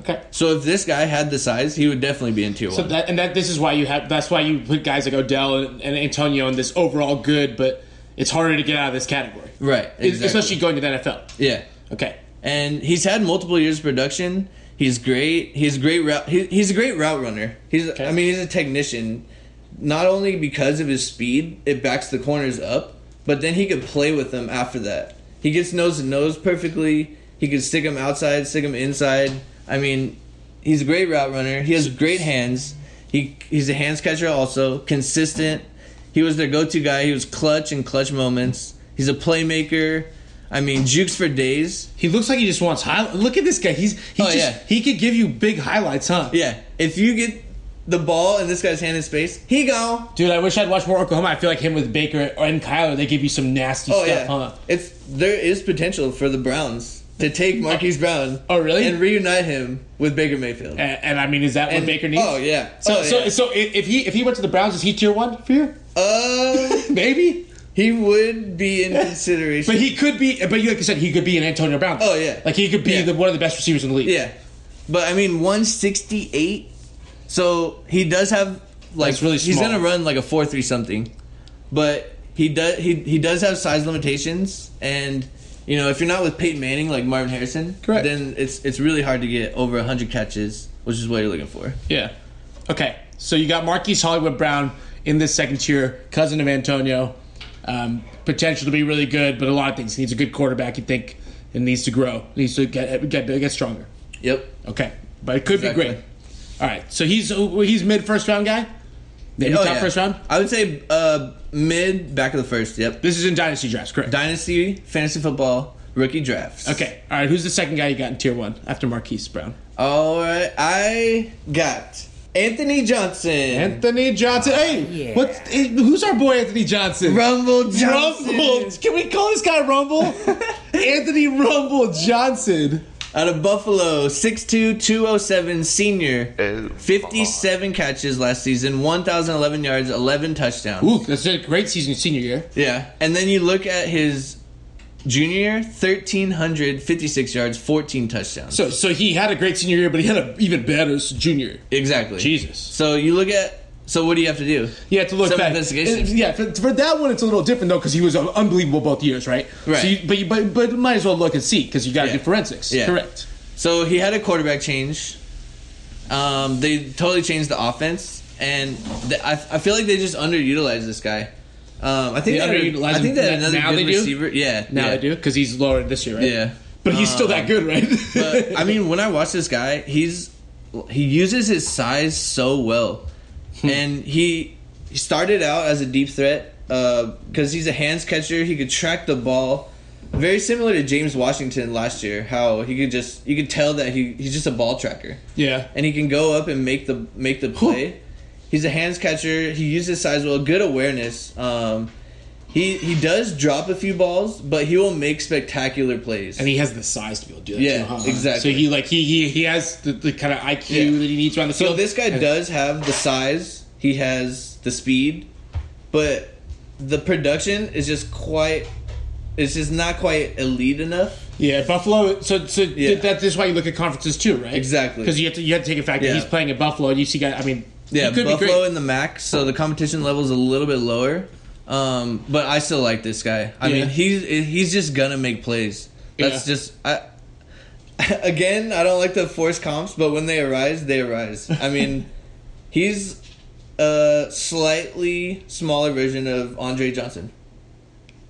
[SPEAKER 3] Okay.
[SPEAKER 5] So if this guy had the size, he would definitely be in tier
[SPEAKER 3] So
[SPEAKER 5] one.
[SPEAKER 3] that and that this is why you have that's why you put guys like Odell and, and Antonio in this overall good, but it's harder to get out of this category,
[SPEAKER 5] right, exactly.
[SPEAKER 3] especially going to the NFL.
[SPEAKER 5] yeah.
[SPEAKER 3] Okay.
[SPEAKER 5] and he's had multiple years of production. He's great. He's a great route. He, he's a great route runner. He's I mean he's a technician. Not only because of his speed, it backs the corners up, but then he could play with them after that. He gets nose to nose perfectly. He could stick him outside, stick him inside. I mean, he's a great route runner. He has great hands. He he's a hands catcher also, consistent. He was their go-to guy. He was clutch in clutch moments. He's a playmaker. I mean, jukes for days.
[SPEAKER 3] He looks like he just wants high. Look at this guy. He's he
[SPEAKER 5] Oh,
[SPEAKER 3] just
[SPEAKER 5] yeah.
[SPEAKER 3] he could give you big highlights, huh?
[SPEAKER 5] Yeah, if you get the ball in this guy's hand in space, he gone.
[SPEAKER 3] Dude, I wish I'd watched more Oklahoma. I feel like him with Baker and Kyler, they give you some nasty
[SPEAKER 5] Oh
[SPEAKER 3] stuff,
[SPEAKER 5] yeah,
[SPEAKER 3] huh?
[SPEAKER 5] it's there is potential for the Browns to take Marquise Brown.
[SPEAKER 3] Oh, really?
[SPEAKER 5] And reunite him with Baker Mayfield.
[SPEAKER 3] And, and I mean, is that what
[SPEAKER 5] And-
[SPEAKER 3] Baker needs?
[SPEAKER 5] Oh yeah.
[SPEAKER 3] So
[SPEAKER 5] oh,
[SPEAKER 3] so
[SPEAKER 5] yeah.
[SPEAKER 3] so i- if he if he went to the Browns, is he tier one for you?
[SPEAKER 5] Uh,
[SPEAKER 3] Maybe.
[SPEAKER 5] he would be in consideration.
[SPEAKER 3] (laughs) But he could be. But you- like you said, he could be an Antonio Brown.
[SPEAKER 5] Oh, yeah.
[SPEAKER 3] Like he could be
[SPEAKER 5] Yeah.
[SPEAKER 3] the, one of the best receivers in the league.
[SPEAKER 5] yeah, but I mean, one sixty eight. So he does have like
[SPEAKER 3] That's really
[SPEAKER 5] he's
[SPEAKER 3] small.
[SPEAKER 5] gonna run like a four three something, but he does he he does have size limitations and. You know, if you're not with Peyton Manning like Marvin Harrison,
[SPEAKER 3] Correct.
[SPEAKER 5] then it's it's really hard to get over 100 catches, which is what you're looking for.
[SPEAKER 3] Yeah. Okay. So you got Marquise Hollywood Brown in this second tier, cousin of Antonio. Um, potential to be really good, but a lot of things. He needs a good quarterback. You think and needs to grow. Needs to get get get stronger.
[SPEAKER 5] Yep.
[SPEAKER 3] Okay, but it could
[SPEAKER 5] Exactly.
[SPEAKER 3] be great. All right. So he's he's mid first round guy. Maybe
[SPEAKER 5] Oh,
[SPEAKER 3] top
[SPEAKER 5] yeah.
[SPEAKER 3] first round.
[SPEAKER 5] I would say uh, mid, back of the first. Yep.
[SPEAKER 3] This is in dynasty drafts, correct?
[SPEAKER 5] Dynasty, fantasy football, rookie drafts.
[SPEAKER 3] okay. All right. Who's the second guy you got in tier one after Marquise Brown?
[SPEAKER 5] All right. I got Anthony Johnson.
[SPEAKER 3] Anthony Johnson. Hey, what's eh, who's our boy Anthony Johnson?
[SPEAKER 5] Rumble Johnson.
[SPEAKER 3] Rumble. Can we call this guy
[SPEAKER 5] (laughs)
[SPEAKER 3] Rumble? Anthony Rumble Johnson.
[SPEAKER 5] Out of Buffalo, 6'2", 207, senior. 57 catches last season, 1,011 yards, 11 touchdowns.
[SPEAKER 3] Ooh, that's a great season senior year.
[SPEAKER 5] Yeah. And then you look at his junior, 1,356 yards, 14 touchdowns.
[SPEAKER 3] So so he had a great senior year, but he had an even better s- junior. year.
[SPEAKER 5] exactly.
[SPEAKER 3] Jesus.
[SPEAKER 5] So you look at... So what do you have to do?
[SPEAKER 3] You have to look
[SPEAKER 5] Some
[SPEAKER 3] back.
[SPEAKER 5] investigation.
[SPEAKER 3] It- yeah, for, for that one, it's a little different though because he was uh, unbelievable both years, right?
[SPEAKER 5] Right.
[SPEAKER 3] So you, but you but, but might as well look and see because you got to
[SPEAKER 5] Yeah.
[SPEAKER 3] do forensics.
[SPEAKER 5] Yeah.
[SPEAKER 3] Correct.
[SPEAKER 5] So he had a quarterback change. Um, they totally changed the offense, and the, I, I feel like they just underutilized this guy. Um, I think
[SPEAKER 3] They
[SPEAKER 5] they had-
[SPEAKER 3] underutilized
[SPEAKER 5] I
[SPEAKER 3] him.
[SPEAKER 5] think they had
[SPEAKER 3] Now-
[SPEAKER 5] another
[SPEAKER 3] now
[SPEAKER 5] good
[SPEAKER 3] they do?
[SPEAKER 5] receiver. Yeah,
[SPEAKER 3] Now
[SPEAKER 5] yeah.
[SPEAKER 3] I do because he's lower this year, right?
[SPEAKER 5] Yeah. Um,
[SPEAKER 3] But he's still that good, right?
[SPEAKER 5] But
[SPEAKER 3] (laughs)
[SPEAKER 5] I mean, when I watch this guy, he's he uses his size so well,
[SPEAKER 3] Hmm.
[SPEAKER 5] and he he started out as a deep threat because he's a hands catcher. He could track the ball, very similar to James Washington last year. How he could just you could tell that he he's just a ball tracker.
[SPEAKER 3] yeah.
[SPEAKER 5] and he can go up and make the make the play. He's a hands catcher. He uses size well, good awareness. Um, he he does drop a few balls, but he will make spectacular plays.
[SPEAKER 3] And he has the size to be able to do that.
[SPEAKER 5] Yeah,
[SPEAKER 3] too, huh?
[SPEAKER 5] exactly.
[SPEAKER 3] So he like he he, he has the, the kind of IQ
[SPEAKER 5] Yeah.
[SPEAKER 3] that he needs around the
[SPEAKER 5] so
[SPEAKER 3] field.
[SPEAKER 5] this guy
[SPEAKER 3] And-
[SPEAKER 5] does have the size. He has the speed, but the production is just quite. It's just not quite elite enough.
[SPEAKER 3] Yeah, Buffalo. So so
[SPEAKER 5] Yeah.
[SPEAKER 3] th- that is why you look at conferences too, right?
[SPEAKER 5] Exactly.
[SPEAKER 3] Because you have to you have to take a fact
[SPEAKER 5] Yeah.
[SPEAKER 3] that he's playing at Buffalo. and You see, guy. I mean, he
[SPEAKER 5] Yeah,
[SPEAKER 3] could be
[SPEAKER 5] Buffalo
[SPEAKER 3] great.
[SPEAKER 5] in the MAC, so the competition level is a little bit lower. Um, but I still like this guy. I
[SPEAKER 3] Yeah.
[SPEAKER 5] mean, he's he's just gonna make plays. That's
[SPEAKER 3] Yeah.
[SPEAKER 5] just I. (laughs) Again, I don't like the force comps, but when they arise, they arise. I
[SPEAKER 3] (laughs)
[SPEAKER 5] mean, he's a slightly smaller version of Andre Johnson.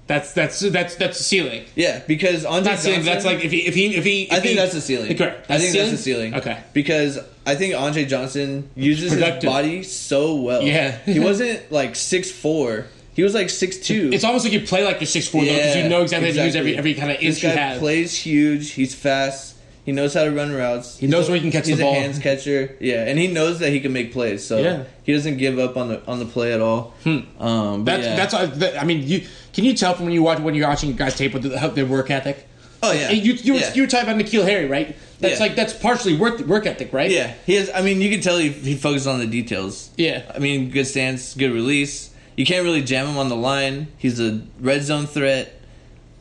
[SPEAKER 3] that's that's that's that's the ceiling.
[SPEAKER 5] Yeah, because Andre
[SPEAKER 3] That's
[SPEAKER 5] Johnson,
[SPEAKER 3] ceiling. That's like if he if he if he. If
[SPEAKER 5] I think
[SPEAKER 3] he-
[SPEAKER 5] that's the ceiling.
[SPEAKER 3] Correct.
[SPEAKER 5] I think that's the ceiling.
[SPEAKER 3] Okay.
[SPEAKER 5] Because I think Andre Johnson uses his
[SPEAKER 3] Productive.
[SPEAKER 5] body so well.
[SPEAKER 3] Yeah. (laughs)
[SPEAKER 5] he wasn't like six four. He was like six two.
[SPEAKER 3] It's almost like you play like you're six four though, because you know exactly, how to use every every kind of inch
[SPEAKER 5] This
[SPEAKER 3] you
[SPEAKER 5] guy
[SPEAKER 3] have.
[SPEAKER 5] plays huge. He's fast. He knows how to run routes. He
[SPEAKER 3] knows where he can catch
[SPEAKER 5] he's
[SPEAKER 3] the ball.
[SPEAKER 5] a hands catcher. Yeah, and he knows that he can make plays. So
[SPEAKER 3] Yeah. Hmm.
[SPEAKER 5] he doesn't give up on the on the play at all. Um, but
[SPEAKER 3] That's
[SPEAKER 5] yeah.
[SPEAKER 3] that's what- that, I mean, you can you tell from when you watch when you're watching guys tape with the, how their work ethic.
[SPEAKER 5] Oh, yeah.
[SPEAKER 3] And you you, were
[SPEAKER 5] Yeah.
[SPEAKER 3] you were talking about Nikhil Harry, right? That's
[SPEAKER 5] Yeah.
[SPEAKER 3] like that's partially work work ethic, right?
[SPEAKER 5] Yeah, he has. I mean, you can tell he, he focuses on the details.
[SPEAKER 3] Yeah.
[SPEAKER 5] I mean, good stance, good release. You can't really jam him on the line. He's a red zone threat.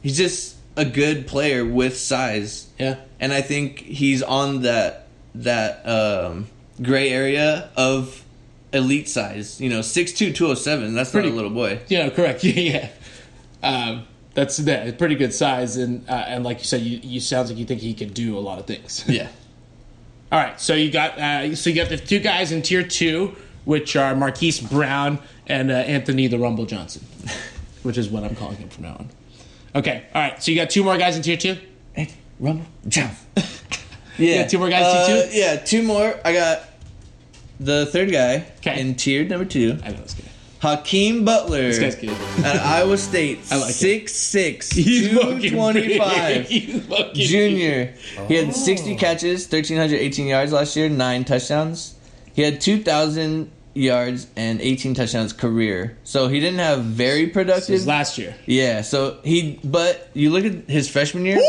[SPEAKER 5] He's just a good player with size.
[SPEAKER 3] Yeah.
[SPEAKER 5] and I think he's on that that um, gray area of elite size. You know, 6'2", 207, That's
[SPEAKER 3] Pretty-
[SPEAKER 5] not a little
[SPEAKER 3] (laughs)
[SPEAKER 5] boy.
[SPEAKER 3] Yeah, correct. Yeah, yeah. Um, that's that. Pretty good size, and uh, and like you said, you, you sounds like you think he could do a lot of things. (laughs)
[SPEAKER 5] Yeah,
[SPEAKER 3] All right, so you got uh, so you got the two guys in tier two, which are Marquise Brown and uh, Anthony the Rumble Johnson. (laughs) which is what I'm calling him from now on. Okay, all right. So you got two more guys in tier two.
[SPEAKER 5] Hey, Rumble,
[SPEAKER 3] (laughs)
[SPEAKER 5] jump. yeah,
[SPEAKER 3] got two more guys, tier
[SPEAKER 5] Uh, Yeah, two more. I got the third guy
[SPEAKER 3] 'Kay.
[SPEAKER 5] in tier number two,
[SPEAKER 3] I know this guy.
[SPEAKER 5] Hakeem Butler.
[SPEAKER 3] This guy's good. (laughs)
[SPEAKER 5] At Iowa State,
[SPEAKER 3] I like it.
[SPEAKER 5] six six,
[SPEAKER 3] (laughs) He's fucking
[SPEAKER 5] two twenty five.
[SPEAKER 3] big. (laughs) He's fucking Oh. big.
[SPEAKER 5] Junior, he had 60 catches, 1,318 yards last year, nine touchdowns. He had 2,000 yards and 18 touchdowns career. So he didn't have very
[SPEAKER 3] It was
[SPEAKER 5] productive.
[SPEAKER 3] last year.
[SPEAKER 5] Yeah, so he but you look at his freshman year,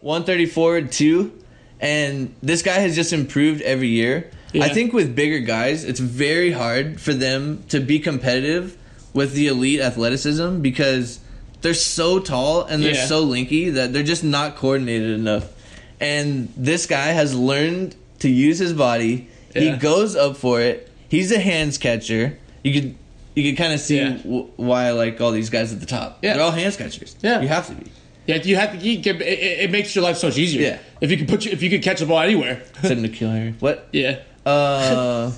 [SPEAKER 5] 134 and 2 and this guy has just improved every year. I
[SPEAKER 3] Yeah.
[SPEAKER 5] think with bigger guys, it's very hard for them to be competitive with the elite athleticism because they're so tall and they're
[SPEAKER 3] Yeah.
[SPEAKER 5] so linky that they're just not coordinated enough. And this guy has learned to use his body. He
[SPEAKER 3] Yeah.
[SPEAKER 5] goes up for it. He's a hands catcher. You could you could kind of see
[SPEAKER 3] Yeah.
[SPEAKER 5] w- why I like all these guys at the top.
[SPEAKER 3] Yeah.
[SPEAKER 5] They're all hand catchers.
[SPEAKER 3] Yeah.
[SPEAKER 5] You have to
[SPEAKER 3] (laughs)
[SPEAKER 5] be.
[SPEAKER 3] Yeah, you have to. You can, it, it it makes your life so much easier.
[SPEAKER 5] Yeah.
[SPEAKER 3] If you can put, you, if you could catch the ball anywhere.
[SPEAKER 5] Except Nikhil Harry. What?
[SPEAKER 3] Yeah.
[SPEAKER 5] Uh,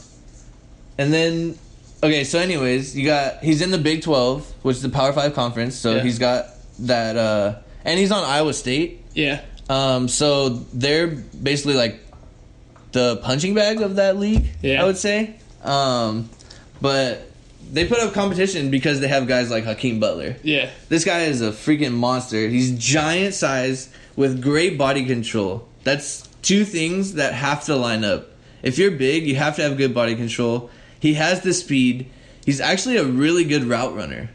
[SPEAKER 5] and then, okay, so anyways, you got, he's in the Big 12, which is the Power 5 conference, so
[SPEAKER 3] Yeah.
[SPEAKER 5] he's got that, uh, and he's on Iowa State.
[SPEAKER 3] Yeah.
[SPEAKER 5] Um, so they're basically like the punching bag of that league,
[SPEAKER 3] Yeah.
[SPEAKER 5] I would say. Um, but they put up competition because they have guys like Hakeem Butler.
[SPEAKER 3] Yeah.
[SPEAKER 5] This guy is a freaking monster. He's giant size with great body control. That's two things that have to line up. If you're big, you have to have good body control. He has the speed. He's actually a really good route runner.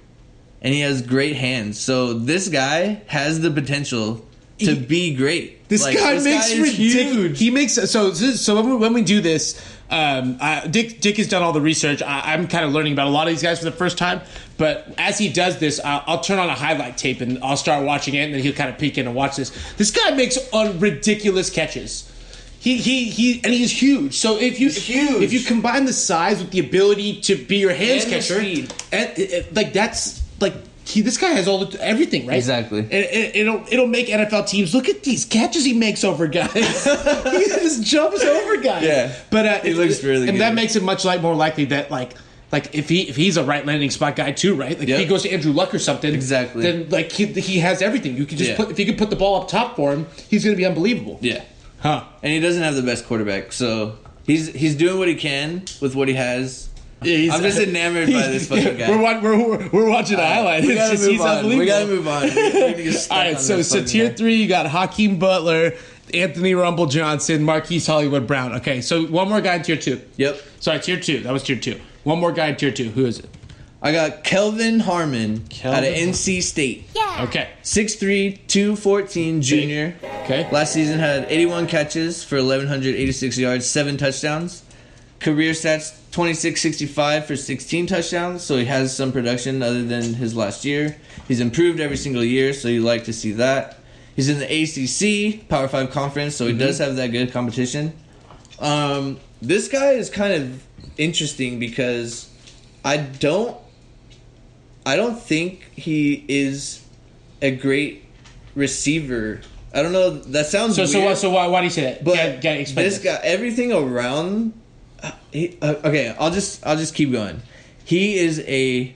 [SPEAKER 5] And he has great hands. So this guy has the potential to be great.
[SPEAKER 3] This
[SPEAKER 5] Like,
[SPEAKER 3] guy makes
[SPEAKER 5] is
[SPEAKER 3] ridiculous. He makes so so when we, when we do this, um, I, Dick Dick has done all the research. I, I'm kind of learning about a lot of these guys for the first time. But as he does this, I'll, I'll turn on a highlight tape and I'll start watching it, and then he'll kind of peek in and watch this. This guy makes uh, ridiculous catches. He, he, he and he's huge. So if you
[SPEAKER 5] huge.
[SPEAKER 3] if you combine the size with the ability to be your hands
[SPEAKER 5] And the
[SPEAKER 3] catcher,
[SPEAKER 5] speed.
[SPEAKER 3] and it- it- like that's like he, this guy has all the, everything right
[SPEAKER 5] Exactly.
[SPEAKER 3] And it, it'll it'll make NFL teams look at these catches he makes over guys.
[SPEAKER 5] (laughs)
[SPEAKER 3] (laughs) he just jumps over guys.
[SPEAKER 5] Yeah.
[SPEAKER 3] but uh,
[SPEAKER 5] He looks really
[SPEAKER 3] and
[SPEAKER 5] good.
[SPEAKER 3] that makes it much like more likely that like. Like if he if he's a right landing spot guy too, right? Like if he
[SPEAKER 5] Yep.
[SPEAKER 3] goes to Andrew Luck or something,
[SPEAKER 5] Exactly.
[SPEAKER 3] Then like he, he has everything. You could just
[SPEAKER 5] Yeah.
[SPEAKER 3] put if you could put the ball up top for him, he's going to be unbelievable.
[SPEAKER 5] Yeah.
[SPEAKER 3] Huh?
[SPEAKER 5] And he doesn't have the best quarterback. So he's he's doing what he can with what he has.
[SPEAKER 3] Yeah,
[SPEAKER 5] (laughs)
[SPEAKER 3] he's-
[SPEAKER 5] I'm
[SPEAKER 3] (laughs)
[SPEAKER 5] just enamored by this fucking guy.
[SPEAKER 3] We're, wa- we're, we're, we're watching the highlight.
[SPEAKER 5] We
[SPEAKER 3] It's
[SPEAKER 5] gotta
[SPEAKER 3] just-
[SPEAKER 5] move
[SPEAKER 3] (laughs) he's
[SPEAKER 5] on. We gotta
[SPEAKER 3] unbelievable.
[SPEAKER 5] move on. We're gonna get stuck
[SPEAKER 3] (laughs) All right,
[SPEAKER 5] on
[SPEAKER 3] so
[SPEAKER 5] this
[SPEAKER 3] so
[SPEAKER 5] fucking
[SPEAKER 3] tier
[SPEAKER 5] guy.
[SPEAKER 3] three, you got Hakeem Butler, Anthony Rumble Johnson, Marquise Hollywood Brown. Okay, so one more guy in tier two.
[SPEAKER 5] Yep,
[SPEAKER 3] Sorry, tier two. That was tier two. One more guy in tier two. Who is it?
[SPEAKER 5] I got Kelvin Harmon out of NC State,
[SPEAKER 3] Okay.
[SPEAKER 5] six three two fourteen junior.
[SPEAKER 3] Okay.
[SPEAKER 5] Last season had 81 catches for 1186 yards, seven touchdowns. Career stats 2665 for 16 touchdowns, so he has some production other than his last year. He's improved every single year, so you like to see that. He's in the ACC Power 5 conference, so he does have that good competition. Um, this guy is kind of interesting because I don't I don't think he is a great receiver. I don't know. That sounds
[SPEAKER 3] So so
[SPEAKER 5] weird,
[SPEAKER 3] why, so why why do you say that?
[SPEAKER 5] but
[SPEAKER 3] Gotta- gotta
[SPEAKER 5] this,
[SPEAKER 3] explain this.
[SPEAKER 5] guy, everything around. He, uh, okay, I'll just I'll just keep going. He is a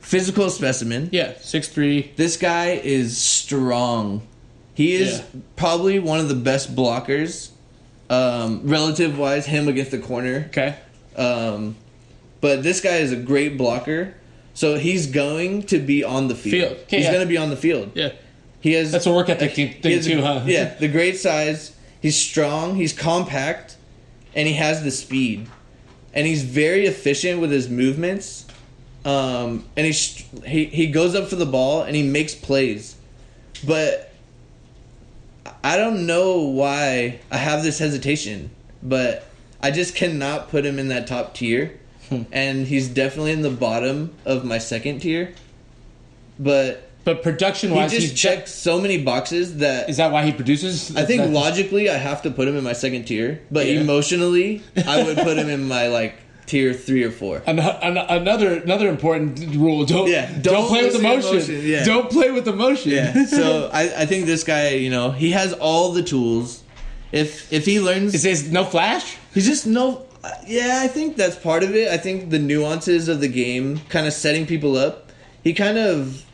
[SPEAKER 5] physical specimen.
[SPEAKER 3] Yeah, six three.
[SPEAKER 5] This guy is strong. He is
[SPEAKER 3] Yeah.
[SPEAKER 5] probably one of the best blockers, um, relative wise. Him against the corner,
[SPEAKER 3] Okay.
[SPEAKER 5] um, but this guy is a great blocker, so he's going to be on the field.
[SPEAKER 3] Field. Okay,
[SPEAKER 5] he's
[SPEAKER 3] yeah.
[SPEAKER 5] going to be on the field.
[SPEAKER 3] Yeah.
[SPEAKER 5] He has
[SPEAKER 3] That's a work ethic thing
[SPEAKER 5] he
[SPEAKER 3] thing
[SPEAKER 5] has a-
[SPEAKER 3] too, huh?
[SPEAKER 5] (laughs) Yeah, the great size. He's strong. He's compact, and he has the speed, and he's very efficient with his movements. Um, and he str- he he goes up for the ball and he makes plays, but I don't know why I have this hesitation, but I just cannot put him in that top (laughs) tier, and he's definitely in the bottom of my second tier. But
[SPEAKER 3] But production
[SPEAKER 5] he
[SPEAKER 3] wise,
[SPEAKER 5] just
[SPEAKER 3] he's
[SPEAKER 5] checked so many boxes that
[SPEAKER 3] Is that why he produces?
[SPEAKER 5] I think
[SPEAKER 3] That's-
[SPEAKER 5] logically I have to put him in my second tier, but
[SPEAKER 3] Yeah.
[SPEAKER 5] emotionally I would put him (laughs) in my like tier three or four.
[SPEAKER 3] An- an- another another important rule: don't
[SPEAKER 5] Yeah,
[SPEAKER 3] don't,
[SPEAKER 5] don't
[SPEAKER 3] play with
[SPEAKER 5] listen to
[SPEAKER 3] emotion.
[SPEAKER 5] emotion, yeah.
[SPEAKER 3] Don't play with emotion.
[SPEAKER 5] Yeah.
[SPEAKER 3] (laughs)
[SPEAKER 5] So I, I think this guy, you know, he has all the tools. If if he learns,
[SPEAKER 3] Is this no flash?
[SPEAKER 5] he's just no. Yeah, I think that's part of it. I think the nuances of the game, kind of setting people up. he kind of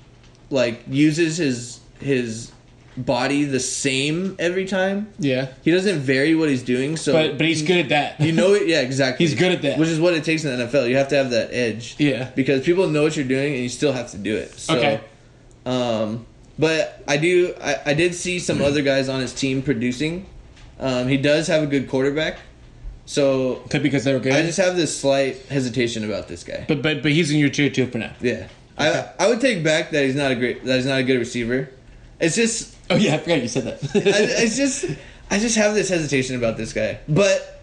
[SPEAKER 5] like uses his his body the same every time.
[SPEAKER 3] Yeah.
[SPEAKER 5] He doesn't vary what he's doing, so
[SPEAKER 3] But but he's good at that. (laughs)
[SPEAKER 5] you know it. Yeah, exactly.
[SPEAKER 3] He's good at that.
[SPEAKER 5] which is what it takes in the NFL. You have to have that edge.
[SPEAKER 3] Yeah.
[SPEAKER 5] because people know what you're doing, and you still have to do it. So,
[SPEAKER 3] Okay.
[SPEAKER 5] Um, but I do. I, I did see some
[SPEAKER 3] Mm-hmm.
[SPEAKER 5] other guys on his team producing. Um, he does have a good quarterback, so
[SPEAKER 3] Could because they were good.
[SPEAKER 5] I just have this slight hesitation about this guy.
[SPEAKER 3] but but but he's in your tier two for now.
[SPEAKER 5] Yeah, I I would take back that he's not a great that he's not a good receiver. It's just
[SPEAKER 3] Oh yeah, (laughs) I forgot you said
[SPEAKER 5] I,
[SPEAKER 3] that.
[SPEAKER 5] it's just I just have this hesitation about this guy, but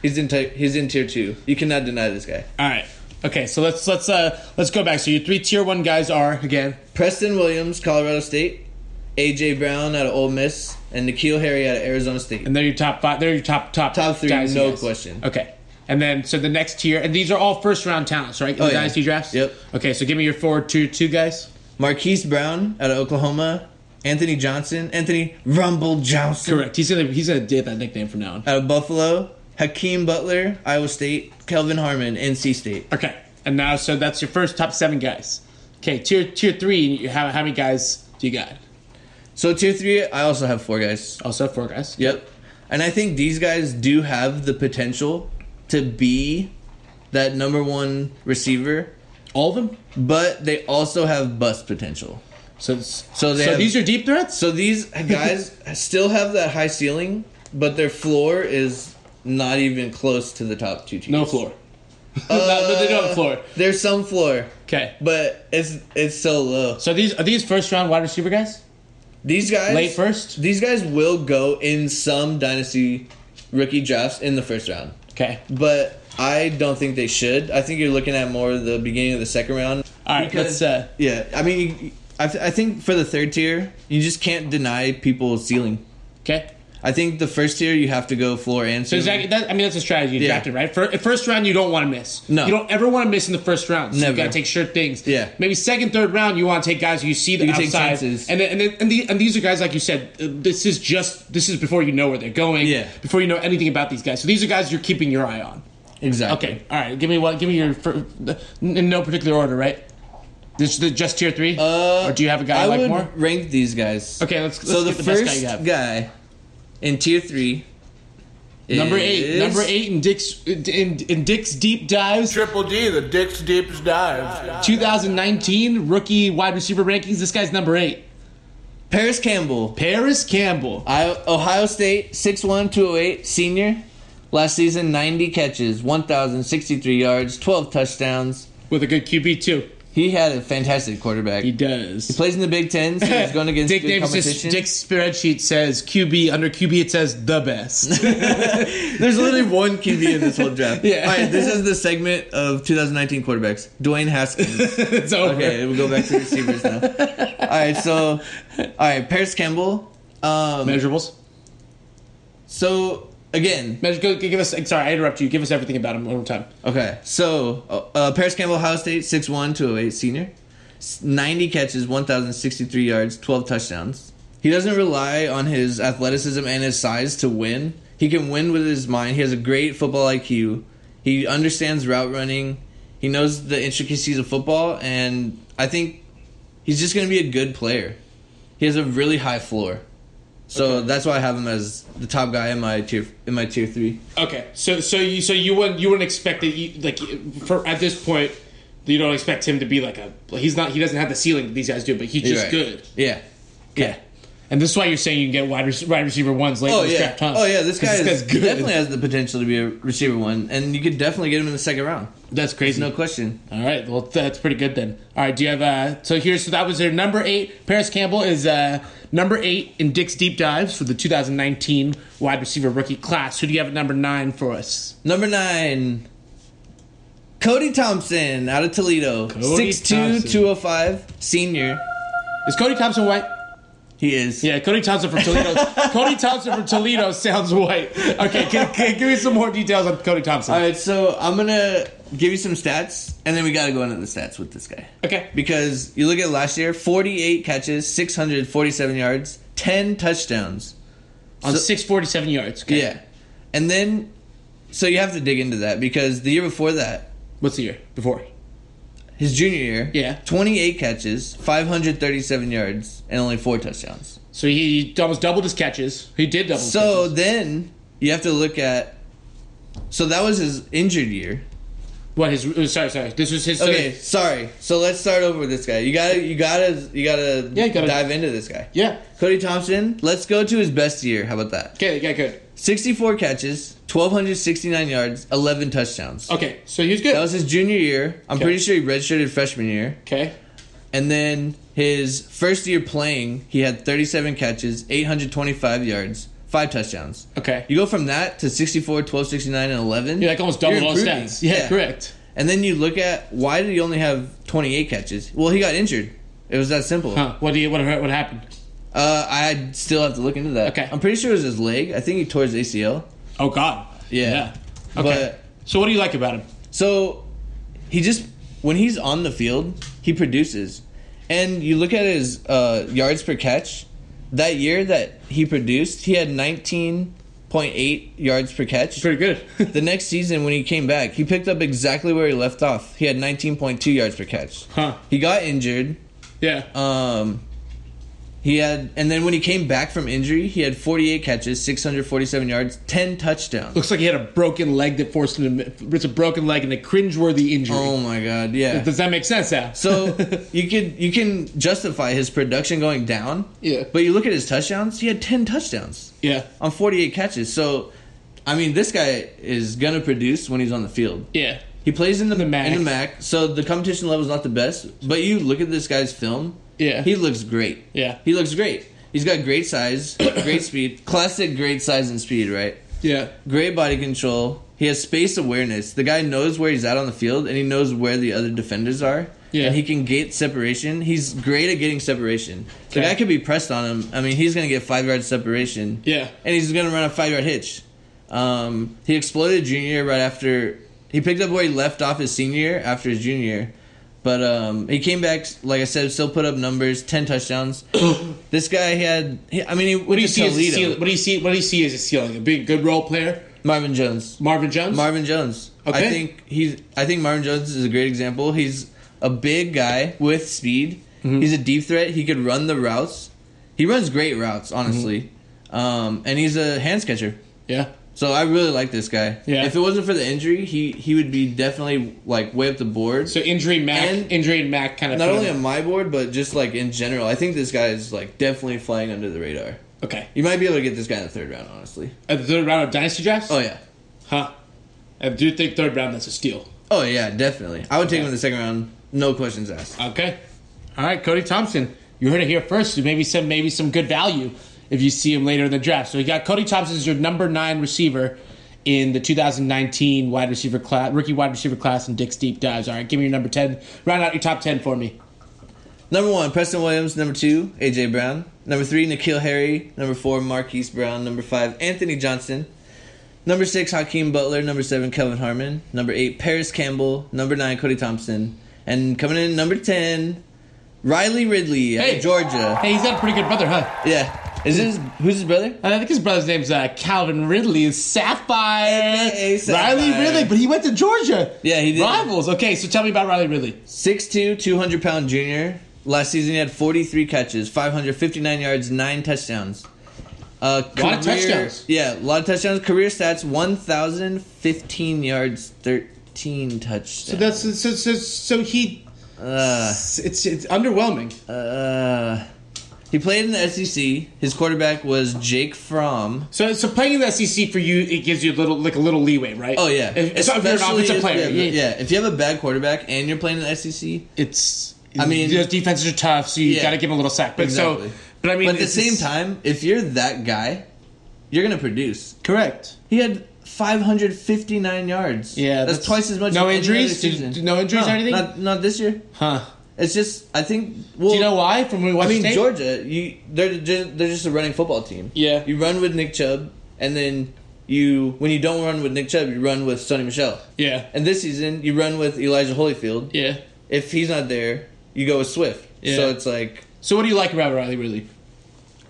[SPEAKER 5] he's in ti- he's in tier two. You cannot deny this guy.
[SPEAKER 3] All right. Okay, so let's let's uh let's go back. So your three tier one guys are again.
[SPEAKER 5] Preston Williams, Colorado State, AJ Brown out of Ole Miss, and Nikhil Harry out of Arizona State.
[SPEAKER 3] And they're your top five. They're your top top
[SPEAKER 5] Top three,
[SPEAKER 3] guys,
[SPEAKER 5] no
[SPEAKER 3] yes.
[SPEAKER 5] question.
[SPEAKER 3] Okay, and then so the next tier, and these are all first round talents, right? In
[SPEAKER 5] Oh,
[SPEAKER 3] the
[SPEAKER 5] yeah.
[SPEAKER 3] dynasty drafts.
[SPEAKER 5] Yep.
[SPEAKER 3] Okay, so give me your four tier two guys.
[SPEAKER 5] Marquise Brown out of Oklahoma, Anthony Johnson, Anthony Rumble Johnson
[SPEAKER 3] Correct. He's gonna he's gonna get that nickname from now on.
[SPEAKER 5] out of Buffalo, Hakeem Butler, Iowa State, Kelvin Harmon, NC State.
[SPEAKER 3] Okay, and now so that's your first top seven guys. Okay, tier tier three. you- How how many guys do you got?
[SPEAKER 5] So tier three, I also have four guys.
[SPEAKER 3] Also Oh, four guys.
[SPEAKER 5] Yep. And I think these guys do have the potential to be that number one receiver,
[SPEAKER 3] All of them.
[SPEAKER 5] but they also have bust potential.
[SPEAKER 3] So it's-
[SPEAKER 5] So they have-
[SPEAKER 3] these are deep threats.
[SPEAKER 5] So these
[SPEAKER 3] (laughs)
[SPEAKER 5] guys still have that high ceiling, but their floor is not even close to the top two teams.
[SPEAKER 3] no floor. (laughs) no, no, they don't have floor.
[SPEAKER 5] There's some floor,
[SPEAKER 3] Okay.
[SPEAKER 5] but it's it's so low.
[SPEAKER 3] So these are these first round wide receiver guys.
[SPEAKER 5] These guys
[SPEAKER 3] Late first?
[SPEAKER 5] These guys will go in some dynasty rookie drafts in the first round.
[SPEAKER 3] Okay.
[SPEAKER 5] but I don't think they should. I think you're looking at more the beginning of the second round.
[SPEAKER 3] All right.
[SPEAKER 5] Because-
[SPEAKER 3] let's. Uh,
[SPEAKER 5] Yeah, I mean, you- I, th- I think for the third tier, you just can't deny people ceiling.
[SPEAKER 3] okay.
[SPEAKER 5] I think the first tier, you have to go floor and
[SPEAKER 3] So
[SPEAKER 5] ceiling.
[SPEAKER 3] exactly, that, I mean that's a strategy you
[SPEAKER 5] Yeah.
[SPEAKER 3] drafted, right? Fir first round you don't want to miss.
[SPEAKER 5] No.
[SPEAKER 3] you don't ever want to miss in the first round. So
[SPEAKER 5] Never.
[SPEAKER 3] you gotta take sure things.
[SPEAKER 5] Yeah.
[SPEAKER 3] maybe second, third round you want to take guys who you see the
[SPEAKER 5] You take
[SPEAKER 3] outside,
[SPEAKER 5] chances.
[SPEAKER 3] and then, and then, and, the, and these are guys like you said. uh, This is just this is before you know where they're going.
[SPEAKER 5] Yeah.
[SPEAKER 3] before you know anything about these guys. So these are guys you're keeping your eye on.
[SPEAKER 5] Exactly.
[SPEAKER 3] Okay, all right. Give me what? Give me your fir- in no particular order, right? This the just tier three,
[SPEAKER 5] Uh,
[SPEAKER 3] or do you have a guy
[SPEAKER 5] I
[SPEAKER 3] you like
[SPEAKER 5] would
[SPEAKER 3] more?
[SPEAKER 5] rank these guys.
[SPEAKER 3] Okay, let's-
[SPEAKER 5] so the
[SPEAKER 3] let's get the best
[SPEAKER 5] first
[SPEAKER 3] guy you have.
[SPEAKER 5] guy in tier three.
[SPEAKER 3] Number eight,
[SPEAKER 5] is-
[SPEAKER 3] number eight in Dick's in, in Dick's deep dives.
[SPEAKER 4] Triple D, the dick's deepest dive.
[SPEAKER 3] 2019 rookie wide receiver rankings. This guy's number eight.
[SPEAKER 5] Paris Campbell,
[SPEAKER 3] Paris Campbell.
[SPEAKER 5] I, Ohio State, 6'1", 208, senior. Last season, 90 catches, 1,063 yards, 12 touchdowns.
[SPEAKER 3] With a good QB, too.
[SPEAKER 5] He had a fantastic quarterback.
[SPEAKER 3] He
[SPEAKER 5] He
[SPEAKER 3] does.
[SPEAKER 5] plays in the Big Ten, so
[SPEAKER 3] (laughs)
[SPEAKER 5] he's going against
[SPEAKER 3] Dick
[SPEAKER 5] good
[SPEAKER 3] Davis'
[SPEAKER 5] competition.
[SPEAKER 3] Dick's spreadsheet says QB. Under QB, it says the best.
[SPEAKER 5] (laughs) There's literally one QB in this whole draft.
[SPEAKER 3] Yeah.
[SPEAKER 5] All right, this is the segment of 2019 quarterbacks. Dwayne
[SPEAKER 3] (laughs)
[SPEAKER 5] Haskins.
[SPEAKER 3] (laughs) it's over.
[SPEAKER 5] Okay, we'll go back to receivers now.
[SPEAKER 3] (laughs)
[SPEAKER 5] All right, so, all right, Paris Campbell. Um,
[SPEAKER 3] Measurables.
[SPEAKER 5] so, again,
[SPEAKER 3] Measure, go, give us. Sorry, I interrupt you. Give us everything about him one more time.
[SPEAKER 5] Okay, so uh, Paris Campbell, Ohio State, 6'1", 208, senior. S- 90 catches, 1,063 yards, 12 touchdowns. He doesn't rely on his athleticism and his size to win. He can win with his mind. He has a great football IQ. He understands route running. He knows the intricacies of football, and I think he's just going to be a good player. He has a really high floor. So that's why I have him as the top guy in my tier in my tier three.
[SPEAKER 3] Okay, so so you so you wouldn't you wouldn't expect that you, like for at this point you don't expect him to be like a he's not he doesn't have the ceiling that these guys do, but he's just
[SPEAKER 5] Right.
[SPEAKER 3] good.
[SPEAKER 5] Yeah. Yeah.
[SPEAKER 3] And this is why you're saying you can get wide, rec- wide receiver ones later
[SPEAKER 5] Oh
[SPEAKER 3] in this
[SPEAKER 5] yeah.
[SPEAKER 3] draft, huh?
[SPEAKER 5] Oh yeah. This
[SPEAKER 3] 'Cause
[SPEAKER 5] guy is,
[SPEAKER 3] guy's
[SPEAKER 5] definitely has the potential to be a receiver one, and you could definitely get him in the second round.
[SPEAKER 3] That's crazy.
[SPEAKER 5] No question.
[SPEAKER 3] All right, well that's pretty good then. All right, do you have uh so here's so that was their number 8. Paris Campbell is uh number 8 in Dick's deep dives for the 2019 wide receiver rookie class. Who do you have at number 9 for us?
[SPEAKER 5] Number nine, Cody Thompson out of Toledo,
[SPEAKER 3] Cody
[SPEAKER 5] 6'2",
[SPEAKER 3] Thompson.
[SPEAKER 5] 205, senior.
[SPEAKER 3] Is Cody Thompson white?
[SPEAKER 5] He is.
[SPEAKER 3] Yeah, Cody Thompson from
[SPEAKER 5] (laughs)
[SPEAKER 3] Toledo. Cody Thompson from Toledo sounds white. Okay, can, can- give me some more details on Cody Thompson.
[SPEAKER 5] All right. So I'm gonna give you some stats, and then we gotta go into the stats with this guy.
[SPEAKER 3] Okay.
[SPEAKER 5] Because you look at last year, 48 catches, 647 yards, 10 touchdowns.
[SPEAKER 3] On
[SPEAKER 5] so-
[SPEAKER 3] 647 yards. Okay.
[SPEAKER 5] Yeah. And then, so you have to dig into that because the year before that,
[SPEAKER 3] What's the year? Before.
[SPEAKER 5] his junior year.
[SPEAKER 3] Yeah.
[SPEAKER 5] 28 catches, 537 yards, and only four touchdowns.
[SPEAKER 3] So he almost doubled his catches. He did double. his
[SPEAKER 5] So
[SPEAKER 3] catches.
[SPEAKER 5] then you have to look at. So that was his injured year.
[SPEAKER 3] what? His uh, sorry, sorry. This was his.
[SPEAKER 5] Okay, sorry. So let's start over with this guy. You gotta, you gotta, you gotta,
[SPEAKER 3] Yeah, you gotta-
[SPEAKER 5] dive into this guy.
[SPEAKER 3] Yeah.
[SPEAKER 5] Cody Thompson. Let's go to his best year. How about that?
[SPEAKER 3] Okay. Yeah. Good.
[SPEAKER 5] 64 catches, 1,269 yards, 11 touchdowns.
[SPEAKER 3] Okay. So he was good.
[SPEAKER 5] That was his junior year. I'm
[SPEAKER 3] Okay.
[SPEAKER 5] pretty sure he redshirted freshman year.
[SPEAKER 3] okay.
[SPEAKER 5] And then his first year playing, he had 37 catches, 825 yards, five touchdowns.
[SPEAKER 3] Okay.
[SPEAKER 5] You go from that to 64, 12, 69, and 11.
[SPEAKER 3] You like almost double
[SPEAKER 5] You're
[SPEAKER 3] those
[SPEAKER 5] improving.
[SPEAKER 3] stats. Yeah, Correct.
[SPEAKER 5] And then you look at why did he only have 28 catches? Well, he got injured. It was that simple.
[SPEAKER 3] Huh. What do you? What? What happened?
[SPEAKER 5] Uh, I still have to look into that.
[SPEAKER 3] Okay.
[SPEAKER 5] I'm pretty sure it was his leg. I think he tore his ACL.
[SPEAKER 3] Oh God.
[SPEAKER 5] Yeah.
[SPEAKER 3] Okay. so what do you like about him?
[SPEAKER 5] So he just when he's on the field, he produces. And you look at his uh, yards per catch. That year that he produced, he had 19.8 yards per catch.
[SPEAKER 3] Pretty good.
[SPEAKER 5] The next season when he came back, he picked up exactly where he left off. He had 19.2 yards per catch.
[SPEAKER 3] (laughs) Huh.
[SPEAKER 5] He got injured.
[SPEAKER 3] yeah.
[SPEAKER 5] Um he had and then when he came back from injury, he had 48 catches, 647 yards, 10 touchdowns.
[SPEAKER 3] Looks like he had a broken leg that forced him to. It's a broken leg and a cringeworthy injury.
[SPEAKER 5] Oh my god. Yeah.
[SPEAKER 3] Does that make sense now?
[SPEAKER 5] So you could you can justify his production going down.
[SPEAKER 3] Yeah.
[SPEAKER 5] But you look at his touchdowns, he had 10 touchdowns
[SPEAKER 3] yeah.
[SPEAKER 5] on 48 catches. So I mean, this guy is going to produce when he's on the field.
[SPEAKER 3] Yeah.
[SPEAKER 5] He plays in the,
[SPEAKER 3] The MAC.
[SPEAKER 5] MAC. in the MAC. So the competition level is not the best, but you look at this guy's film.
[SPEAKER 3] Yeah.
[SPEAKER 5] He looks great.
[SPEAKER 3] Yeah.
[SPEAKER 5] He looks great. He's got great size, (coughs) great speed, classic great size and speed, right?
[SPEAKER 3] Yeah.
[SPEAKER 5] Great body control. He has space awareness. The guy knows where he's at on the field and he knows where the other defenders are.
[SPEAKER 3] Yeah.
[SPEAKER 5] And he can get separation. He's great at getting separation. The
[SPEAKER 3] Okay.
[SPEAKER 5] guy could be pressed on him. I mean, he's going to get five yard separation.
[SPEAKER 3] Yeah.
[SPEAKER 5] And he's going to run a five yard hitch. Um, he exploded junior year right after. He picked up where he left off his senior year after his junior year. But um, he came back, like I said, still put up numbers, 10
[SPEAKER 3] (coughs)
[SPEAKER 5] touchdowns. this guy had, he, I mean, he,
[SPEAKER 3] What do you see? As a
[SPEAKER 5] Toledo,
[SPEAKER 3] ceiling? What do you see? What do you see as a ceiling? A big, good role player,
[SPEAKER 5] Marvin Jones.
[SPEAKER 3] Marvin Jones.
[SPEAKER 5] Marvin Jones.
[SPEAKER 3] Okay.
[SPEAKER 5] I think he's. I think Marvin Jones is a great example. He's a big guy with speed.
[SPEAKER 3] Mm-hmm.
[SPEAKER 5] He's a deep threat. He could run the routes. He runs great routes,
[SPEAKER 3] Mm-hmm.
[SPEAKER 5] honestly. Um, and he's a hands catcher.
[SPEAKER 3] Yeah.
[SPEAKER 5] So I really like this guy.
[SPEAKER 3] Yeah.
[SPEAKER 5] If it wasn't for the injury, he he would be definitely like way up the board.
[SPEAKER 3] So injury Mac,
[SPEAKER 5] And-
[SPEAKER 3] injury and Mac kind of
[SPEAKER 5] not
[SPEAKER 3] put
[SPEAKER 5] only
[SPEAKER 3] him-
[SPEAKER 5] on my board, but just like in general, I think this guy is like definitely flying under the radar.
[SPEAKER 3] okay
[SPEAKER 5] You might be able to get this guy in the third round, honestly.
[SPEAKER 3] at the third round of dynasty drafts.
[SPEAKER 5] Oh yeah.
[SPEAKER 3] Huh. I do think third round that's a steal.
[SPEAKER 5] Oh yeah, definitely. I would take him in the second round. No questions asked.
[SPEAKER 3] Okay. All right, Cody Thompson. You heard it here first. Maybe some maybe some good value if you see him later in the draft. So you got Cody Thompson as your number nine receiver in the 2019 wide receiver class, rookie wide receiver class, and Dick's deep dives. All right, give me your number ten. Round out your top ten for me.
[SPEAKER 5] Number one, Preston Williams. Number two, AJ Brown. Number three, Nikhil Harry. Number four, Marquise Brown. Number five, Anthony Johnson. Number six, Hakeem Butler. Number seven, Kevin Harmon. Number eight, Paris Campbell. Number nine, Cody Thompson. And coming in at number ten, Riley Ridley out of
[SPEAKER 3] Hey.
[SPEAKER 5] Georgia.
[SPEAKER 3] Hey, he's got a pretty good brother, huh?
[SPEAKER 5] Yeah, is this who's his brother?
[SPEAKER 3] I think his brother's name's uh, Calvin Ridley. Is Sapphire.
[SPEAKER 5] AKA Sapphire.
[SPEAKER 3] Riley Ridley, but he went to Georgia.
[SPEAKER 5] Yeah, he did.
[SPEAKER 3] Rivals. Okay, so tell me about Riley Ridley.
[SPEAKER 5] 6'2", 200 pound junior. Last season, he had forty three catches, five hundred fifty nine yards, nine touchdowns. Uh,
[SPEAKER 3] A lot of touchdowns.
[SPEAKER 5] Yeah, a lot of touchdowns. Career stats: one thousand fifteen yards, thirteen touchdowns.
[SPEAKER 3] That's so so, so he.
[SPEAKER 5] uh,
[SPEAKER 3] It's it's underwhelming.
[SPEAKER 5] uh, he played in the SEC. His quarterback was Jake Fromm.
[SPEAKER 3] So, so playing in the SEC for you, it gives you a little, like a little leeway, right?
[SPEAKER 5] Oh yeah,
[SPEAKER 3] If- if, if you're an
[SPEAKER 5] Especially
[SPEAKER 3] offensive
[SPEAKER 5] if-
[SPEAKER 3] player.
[SPEAKER 5] Yeah, yeah, if you have a bad quarterback and you're playing in the E SEC,
[SPEAKER 3] it's.
[SPEAKER 5] I mean-
[SPEAKER 3] those defenses are tough, so you
[SPEAKER 5] Yeah.
[SPEAKER 3] got to give them a little sack. But
[SPEAKER 5] Exactly.
[SPEAKER 3] so, but I mean,
[SPEAKER 5] but at the
[SPEAKER 3] it's-
[SPEAKER 5] same
[SPEAKER 3] it's-
[SPEAKER 5] time, if you're that guy, you're gonna produce.
[SPEAKER 3] correct.
[SPEAKER 5] He had 559 yards.
[SPEAKER 3] Yeah,
[SPEAKER 5] that's,
[SPEAKER 3] that's-
[SPEAKER 5] twice as much.
[SPEAKER 3] No
[SPEAKER 5] as any
[SPEAKER 3] injuries?
[SPEAKER 5] other season.
[SPEAKER 3] Did- no injuries or anything?
[SPEAKER 5] Not, not this year.
[SPEAKER 3] Huh?
[SPEAKER 5] It's just I think. Well,
[SPEAKER 3] Do you know why? From
[SPEAKER 5] I
[SPEAKER 3] West
[SPEAKER 5] mean,
[SPEAKER 3] State?
[SPEAKER 5] Georgia. You they're just, they're just a running football team.
[SPEAKER 3] Yeah.
[SPEAKER 5] you run with Nick Chubb, and then you when you don't run with Nick Chubb, you run with Sonny Michelle.
[SPEAKER 3] Yeah.
[SPEAKER 5] And this season, you run with Elijah Holyfield.
[SPEAKER 3] Yeah.
[SPEAKER 5] If he's not there, you go with Swift.
[SPEAKER 3] Yeah.
[SPEAKER 5] So it's like
[SPEAKER 3] So, what do you like about Riley Ridley?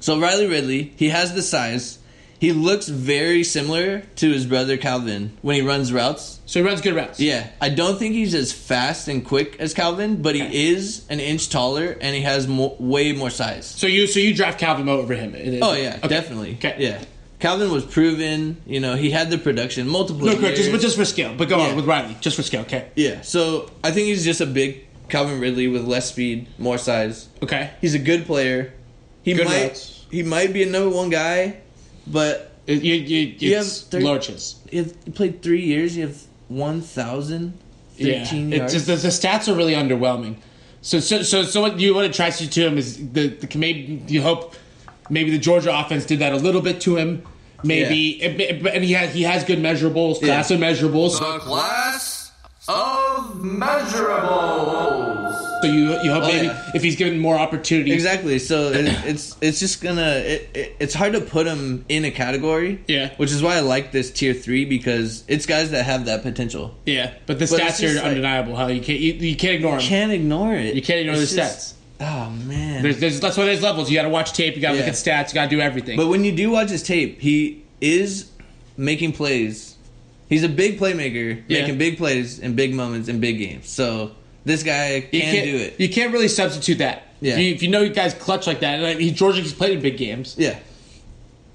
[SPEAKER 5] so Riley Ridley, he has the size. He looks very similar to his brother Calvin when he runs routes.
[SPEAKER 3] So he runs good routes.
[SPEAKER 5] Yeah, I don't think he's as fast and quick as Calvin, but
[SPEAKER 3] Okay.
[SPEAKER 5] he is an inch taller and he has mo- way more size.
[SPEAKER 3] So you so you draft Calvin Mo over him. It- it-
[SPEAKER 5] Oh yeah,
[SPEAKER 3] okay.
[SPEAKER 5] definitely.
[SPEAKER 3] Okay.
[SPEAKER 5] Yeah, Calvin was proven. You know, he had the production multiple.
[SPEAKER 3] No, correct. Just,
[SPEAKER 5] years.
[SPEAKER 3] but just for scale. But go
[SPEAKER 5] Yeah.
[SPEAKER 3] on with Riley. Just for scale. Okay.
[SPEAKER 5] Yeah, so I think he's just a big Calvin Ridley with less speed, more size.
[SPEAKER 3] Okay.
[SPEAKER 5] He's a good player. He
[SPEAKER 3] Good
[SPEAKER 5] might
[SPEAKER 3] routes.
[SPEAKER 5] he might be a number one guy, but
[SPEAKER 3] It- you, you,
[SPEAKER 5] You
[SPEAKER 3] it's
[SPEAKER 5] have thir-
[SPEAKER 3] lurches.
[SPEAKER 5] you have you played three years. You have one thousand
[SPEAKER 3] Yeah.
[SPEAKER 5] fifteen
[SPEAKER 3] It's
[SPEAKER 5] yards.
[SPEAKER 3] just the, the stats are really underwhelming. So so so so what you what attracts you to him is the the maybe you hope maybe the Georgia offense did that a little bit to him. Maybe it, it- and he has he has good measurables, class of measurables.
[SPEAKER 5] Uh-huh.
[SPEAKER 2] The class of
[SPEAKER 4] Measurables.
[SPEAKER 3] So you you hope maybe
[SPEAKER 5] Oh, yeah.
[SPEAKER 3] if he's given more opportunities.
[SPEAKER 5] exactly.
[SPEAKER 3] (clears throat)
[SPEAKER 5] So it, it's it's just gonna it, it, it's hard to put him in a category.
[SPEAKER 3] Yeah.
[SPEAKER 5] which is why I like this tier three because it's guys that have that potential.
[SPEAKER 3] Yeah, but the
[SPEAKER 5] But it's
[SPEAKER 3] stats
[SPEAKER 5] just
[SPEAKER 3] are
[SPEAKER 5] like-
[SPEAKER 3] undeniable. How you can't you, you can't ignore
[SPEAKER 5] You
[SPEAKER 3] them.
[SPEAKER 5] can't ignore it.
[SPEAKER 3] you can't ignore
[SPEAKER 5] It's
[SPEAKER 3] the
[SPEAKER 5] just-
[SPEAKER 3] stats.
[SPEAKER 5] Oh man,
[SPEAKER 3] There's, there's, that's why there's levels. You got to watch tape. You got to
[SPEAKER 5] Yeah.
[SPEAKER 3] look at stats. You got to do everything.
[SPEAKER 5] But when you do watch his tape, he is making plays. He's a big playmaker,
[SPEAKER 3] Yeah.
[SPEAKER 5] making big plays in big moments in big games. So this guy
[SPEAKER 3] you
[SPEAKER 5] can
[SPEAKER 3] can't
[SPEAKER 5] do it.
[SPEAKER 3] You can't really substitute that.
[SPEAKER 5] Yeah.
[SPEAKER 3] If you, if you know you guys clutch like that, and like, he, Georgia's played in big games.
[SPEAKER 5] Yeah.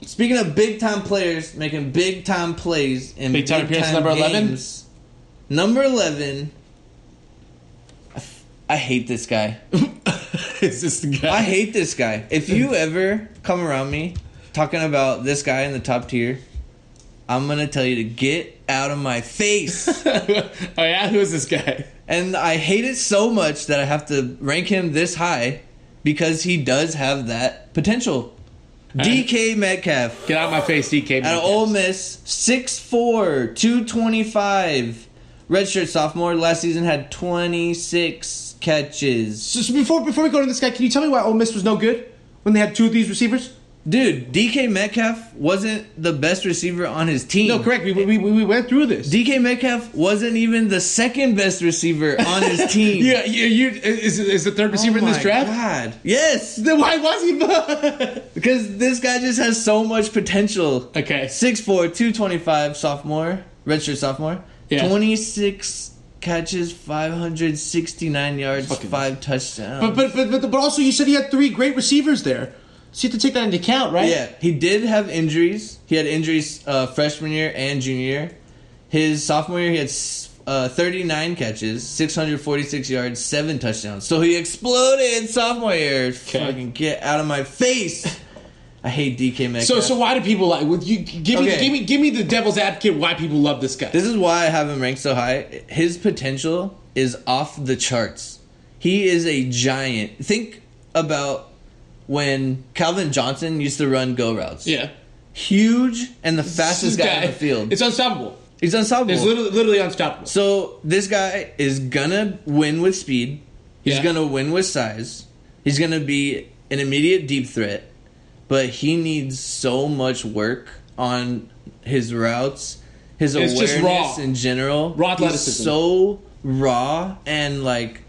[SPEAKER 5] Speaking of big time players making big time plays in
[SPEAKER 3] Big time appearance number 11?
[SPEAKER 5] Number eleven. I f- I hate this guy.
[SPEAKER 3] (laughs) it's just the guy.
[SPEAKER 5] I hate this guy. If you
[SPEAKER 3] (laughs)
[SPEAKER 5] ever come around me talking about this guy in the top tier, I'm gonna tell you to get out of my face.
[SPEAKER 3] (laughs) oh yeah, who is this guy?
[SPEAKER 5] And I hate it so much that I have to rank him this high because he does have that potential. DK Metcalf
[SPEAKER 3] Get out of my face, DK.
[SPEAKER 5] out of Ole Miss, 6'4, 225. Redshirt sophomore. Last season had 26 catches.
[SPEAKER 3] So, so before before we go to this guy, can you tell me why Ole Miss was no good when they had two of these receivers?
[SPEAKER 5] Dude, DK Metcalf wasn't the best receiver on his team.
[SPEAKER 3] No, correct. We we, we, we went through this.
[SPEAKER 5] DK Metcalf wasn't even the second best receiver on
[SPEAKER 3] (laughs)
[SPEAKER 5] his team.
[SPEAKER 3] yeah, you, you is is the third
[SPEAKER 5] Oh
[SPEAKER 3] receiver in this
[SPEAKER 5] my
[SPEAKER 3] draft?
[SPEAKER 5] God. Yes.
[SPEAKER 3] Then why was he?
[SPEAKER 5] Because this guy just has so much potential.
[SPEAKER 3] Okay.
[SPEAKER 5] 6'4, 225, sophomore, redshirt sophomore.
[SPEAKER 3] Yeah.
[SPEAKER 5] 26 catches, 569 yards, 5 touchdowns.
[SPEAKER 3] But but but but, but also you said he had three great receivers there. So you have to take that into account, right?
[SPEAKER 5] yeah, he did have injuries. He had injuries uh, freshman year and junior year. His sophomore year, he had s- uh, 39 catches, 646 yards, 7 touchdowns. So he exploded sophomore year. Fucking get out of my face. I hate DK Metcalf.
[SPEAKER 3] So so why do people like? Would you give me
[SPEAKER 5] Okay.
[SPEAKER 3] give me give me the devil's advocate why people love this guy?
[SPEAKER 5] This is why I have him ranked so high. His potential is off the charts. He is a giant. Think about when Calvin Johnson used to run go routes.
[SPEAKER 3] yeah.
[SPEAKER 5] Huge and the fastest guy, on the field.
[SPEAKER 3] It's unstoppable.
[SPEAKER 5] He's unstoppable.
[SPEAKER 3] It's literally, literally unstoppable.
[SPEAKER 5] so this guy is gonna win with speed. He's
[SPEAKER 3] Yeah.
[SPEAKER 5] gonna win with size. He's gonna be an immediate deep threat, but he needs so much work on his routes, his
[SPEAKER 3] It's
[SPEAKER 5] awareness
[SPEAKER 3] just raw.
[SPEAKER 5] in general.
[SPEAKER 3] Raw
[SPEAKER 5] He's
[SPEAKER 3] athleticism.
[SPEAKER 5] so raw and like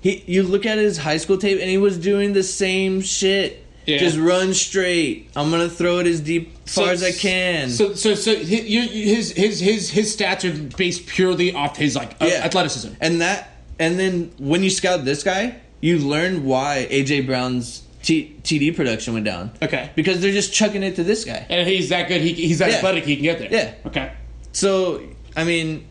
[SPEAKER 5] he. You look at his high school tape, and he was doing the same shit.
[SPEAKER 3] Yeah.
[SPEAKER 5] Just run straight. I'm gonna throw it as deep far as I can.
[SPEAKER 3] So so so hi- you- you- his his his his stats are based purely off his like uh, athleticism.
[SPEAKER 5] And that, and then when you scout this guy, you learn why AJ Brown's T- TD production went down.
[SPEAKER 3] Okay.
[SPEAKER 5] because they're just chucking it to this guy.
[SPEAKER 3] And if he's that good. He, he's that
[SPEAKER 5] Yeah.
[SPEAKER 3] athletic. He can get there.
[SPEAKER 5] Yeah.
[SPEAKER 3] Okay.
[SPEAKER 5] So I mean,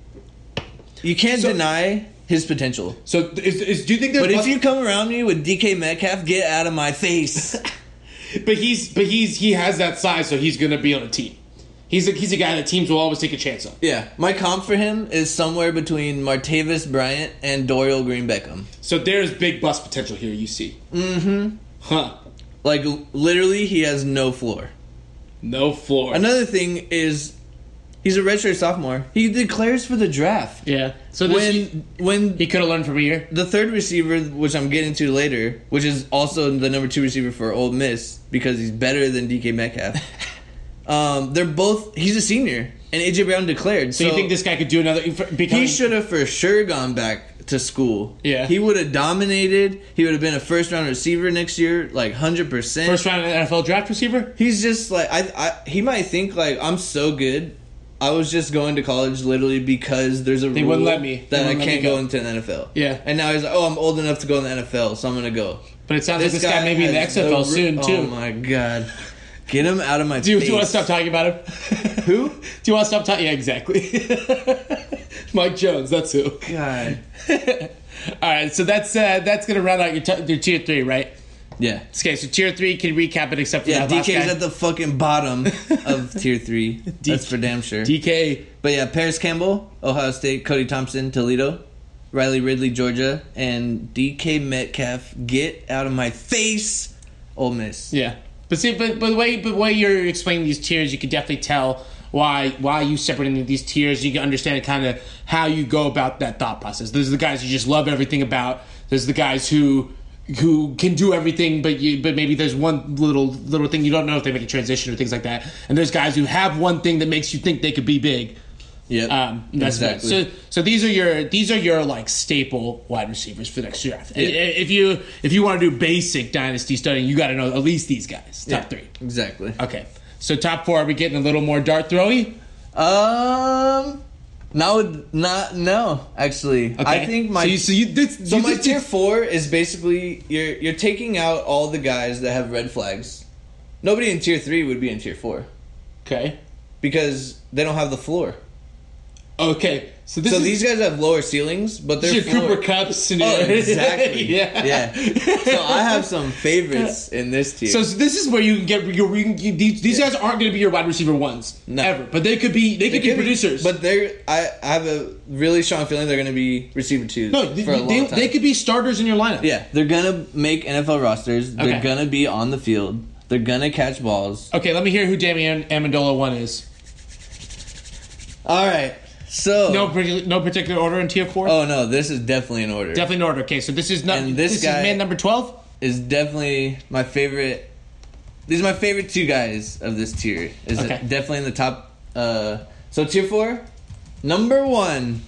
[SPEAKER 5] you can't deny his potential.
[SPEAKER 3] So is, is do you think there's
[SPEAKER 5] But if
[SPEAKER 3] must-
[SPEAKER 5] you come around me with DK Metcalf, get out of my
[SPEAKER 3] (laughs)
[SPEAKER 5] face.
[SPEAKER 3] But he's but he's he has that size, so he's gonna be on a team. He's a, he's a guy that teams will always take a chance on.
[SPEAKER 5] yeah, my comp for him is somewhere between Martavis Bryant and Dorial Green Beckham.
[SPEAKER 3] So there's big bust potential here. You see, mm-hmm. huh?
[SPEAKER 5] Like l- literally, he has no floor.
[SPEAKER 3] No floor.
[SPEAKER 5] Another thing is, he's a redshirt sophomore. He declares for the draft.
[SPEAKER 3] yeah. So this,
[SPEAKER 5] when when
[SPEAKER 3] he could have learned from here.
[SPEAKER 5] the third receiver, which I'm getting to later, which is also the number two receiver for Ole Miss because he's better than DK
[SPEAKER 3] (laughs)
[SPEAKER 5] Metcalf. um, they're both. He's a senior, and AJ Brown declared. So,
[SPEAKER 3] So, you think this guy could do another? Become,
[SPEAKER 5] He should have for sure gone back to school.
[SPEAKER 3] Yeah.
[SPEAKER 5] He would have dominated. He would have been a first round receiver next year, like 100%.
[SPEAKER 3] First round NFL draft receiver?
[SPEAKER 5] He's just like I, I he might think like I'm so good. I was just going to college literally because there's a
[SPEAKER 3] They wouldn't let me. They
[SPEAKER 5] that I
[SPEAKER 3] wouldn't let
[SPEAKER 5] can't
[SPEAKER 3] me
[SPEAKER 5] go.
[SPEAKER 3] go.
[SPEAKER 5] into the NFL.
[SPEAKER 3] Yeah.
[SPEAKER 5] and now he's like, oh, I'm old enough to go in the NFL, so I'm gonna go.
[SPEAKER 3] But it sounds like this guy may be in the
[SPEAKER 5] has
[SPEAKER 3] XFL
[SPEAKER 5] ru-
[SPEAKER 3] soon,
[SPEAKER 5] Oh
[SPEAKER 3] too.
[SPEAKER 5] my god, get him out of my.
[SPEAKER 3] Do you, do you want
[SPEAKER 5] face.
[SPEAKER 3] to stop talking about
[SPEAKER 5] (laughs)
[SPEAKER 3] him? (laughs)
[SPEAKER 5] Who?
[SPEAKER 3] Do you want to stop talking? Yeah, exactly. (laughs) Mike Jones, that's who.
[SPEAKER 5] God.
[SPEAKER 3] (laughs) All right, so that's uh, that's gonna round out your, t- your tier three, right?
[SPEAKER 5] Yeah.
[SPEAKER 3] Okay, so tier three can recap it except for
[SPEAKER 5] Yeah,
[SPEAKER 3] that last
[SPEAKER 5] DK's
[SPEAKER 3] guy.
[SPEAKER 5] at the fucking bottom
[SPEAKER 3] (laughs)
[SPEAKER 5] of tier three. That's for damn sure.
[SPEAKER 3] DK.
[SPEAKER 5] But yeah, Paris Campbell, Ohio State, Cody Thompson, Toledo, Riley Ridley, Georgia, and DK Metcalf. Get out of my face, Ole Miss.
[SPEAKER 3] Yeah, but see, but, but the way but the way you're explaining these tiers, you can definitely tell why why you separating these tiers. You can understand kind of how you go about that thought process. Those are the guys you just love everything about. There's the guys who who can do everything, but you but maybe there's one little little thing you don't know if they make a transition or things like that. And there's guys who have one thing that makes you think they could be big.
[SPEAKER 5] Yep.
[SPEAKER 3] Um, that's
[SPEAKER 5] Exactly.
[SPEAKER 3] So, so these are your these are your like staple wide receivers for next year. I- If you if you want to do basic dynasty studying, you got to know at least these guys, top
[SPEAKER 5] Yeah,
[SPEAKER 3] three.
[SPEAKER 5] Exactly.
[SPEAKER 3] Okay, so top four. Are we getting a little more dart throwy?
[SPEAKER 5] Um, not with, not no. Actually,
[SPEAKER 3] Okay.
[SPEAKER 5] I think my
[SPEAKER 3] so you, so you did
[SPEAKER 5] So
[SPEAKER 3] you
[SPEAKER 5] my
[SPEAKER 3] did-
[SPEAKER 5] tier four is basically you're you're taking out all the guys that have red flags. Nobody in tier three would be in tier four
[SPEAKER 3] Okay,
[SPEAKER 5] because they don't have the floor.
[SPEAKER 3] okay. So this
[SPEAKER 5] so
[SPEAKER 3] is
[SPEAKER 5] these guys have lower ceilings, but they're
[SPEAKER 3] these are your Cooper
[SPEAKER 5] floor.
[SPEAKER 3] Cups. And
[SPEAKER 5] Oh, (laughs)
[SPEAKER 3] your-
[SPEAKER 5] exactly.
[SPEAKER 3] yeah.
[SPEAKER 5] yeah. So I have some
[SPEAKER 3] (laughs)
[SPEAKER 5] favorites in this tier.
[SPEAKER 3] So, so this is where you can get your you, you, these, these
[SPEAKER 5] Yeah.
[SPEAKER 3] guys aren't going to be your wide receiver ones
[SPEAKER 5] No.
[SPEAKER 3] ever, but they could be they could
[SPEAKER 5] They
[SPEAKER 3] be
[SPEAKER 5] could be-
[SPEAKER 3] producers.
[SPEAKER 5] but they're I, I have a really strong feeling they're going to be receiver twos
[SPEAKER 3] no, they,
[SPEAKER 5] for a long
[SPEAKER 3] they,
[SPEAKER 5] time.
[SPEAKER 3] they could be starters in your lineup.
[SPEAKER 5] yeah, they're going to make NFL rosters. They're
[SPEAKER 3] Okay.
[SPEAKER 5] going to be on the field. They're going to catch balls.
[SPEAKER 3] Okay, let me hear who Damian Amendola one is.
[SPEAKER 5] All right. So
[SPEAKER 3] No, particular- no particular order in tier four.
[SPEAKER 5] Oh no, this is definitely an order.
[SPEAKER 3] Definitely in order. Okay, so this is not.
[SPEAKER 5] And
[SPEAKER 3] this
[SPEAKER 5] this guy-
[SPEAKER 3] is man number twelve.
[SPEAKER 5] is definitely my favorite. These are my favorite two guys of this tier. Is
[SPEAKER 3] Okay.
[SPEAKER 5] definitely in the top. Uh, so tier four, number one,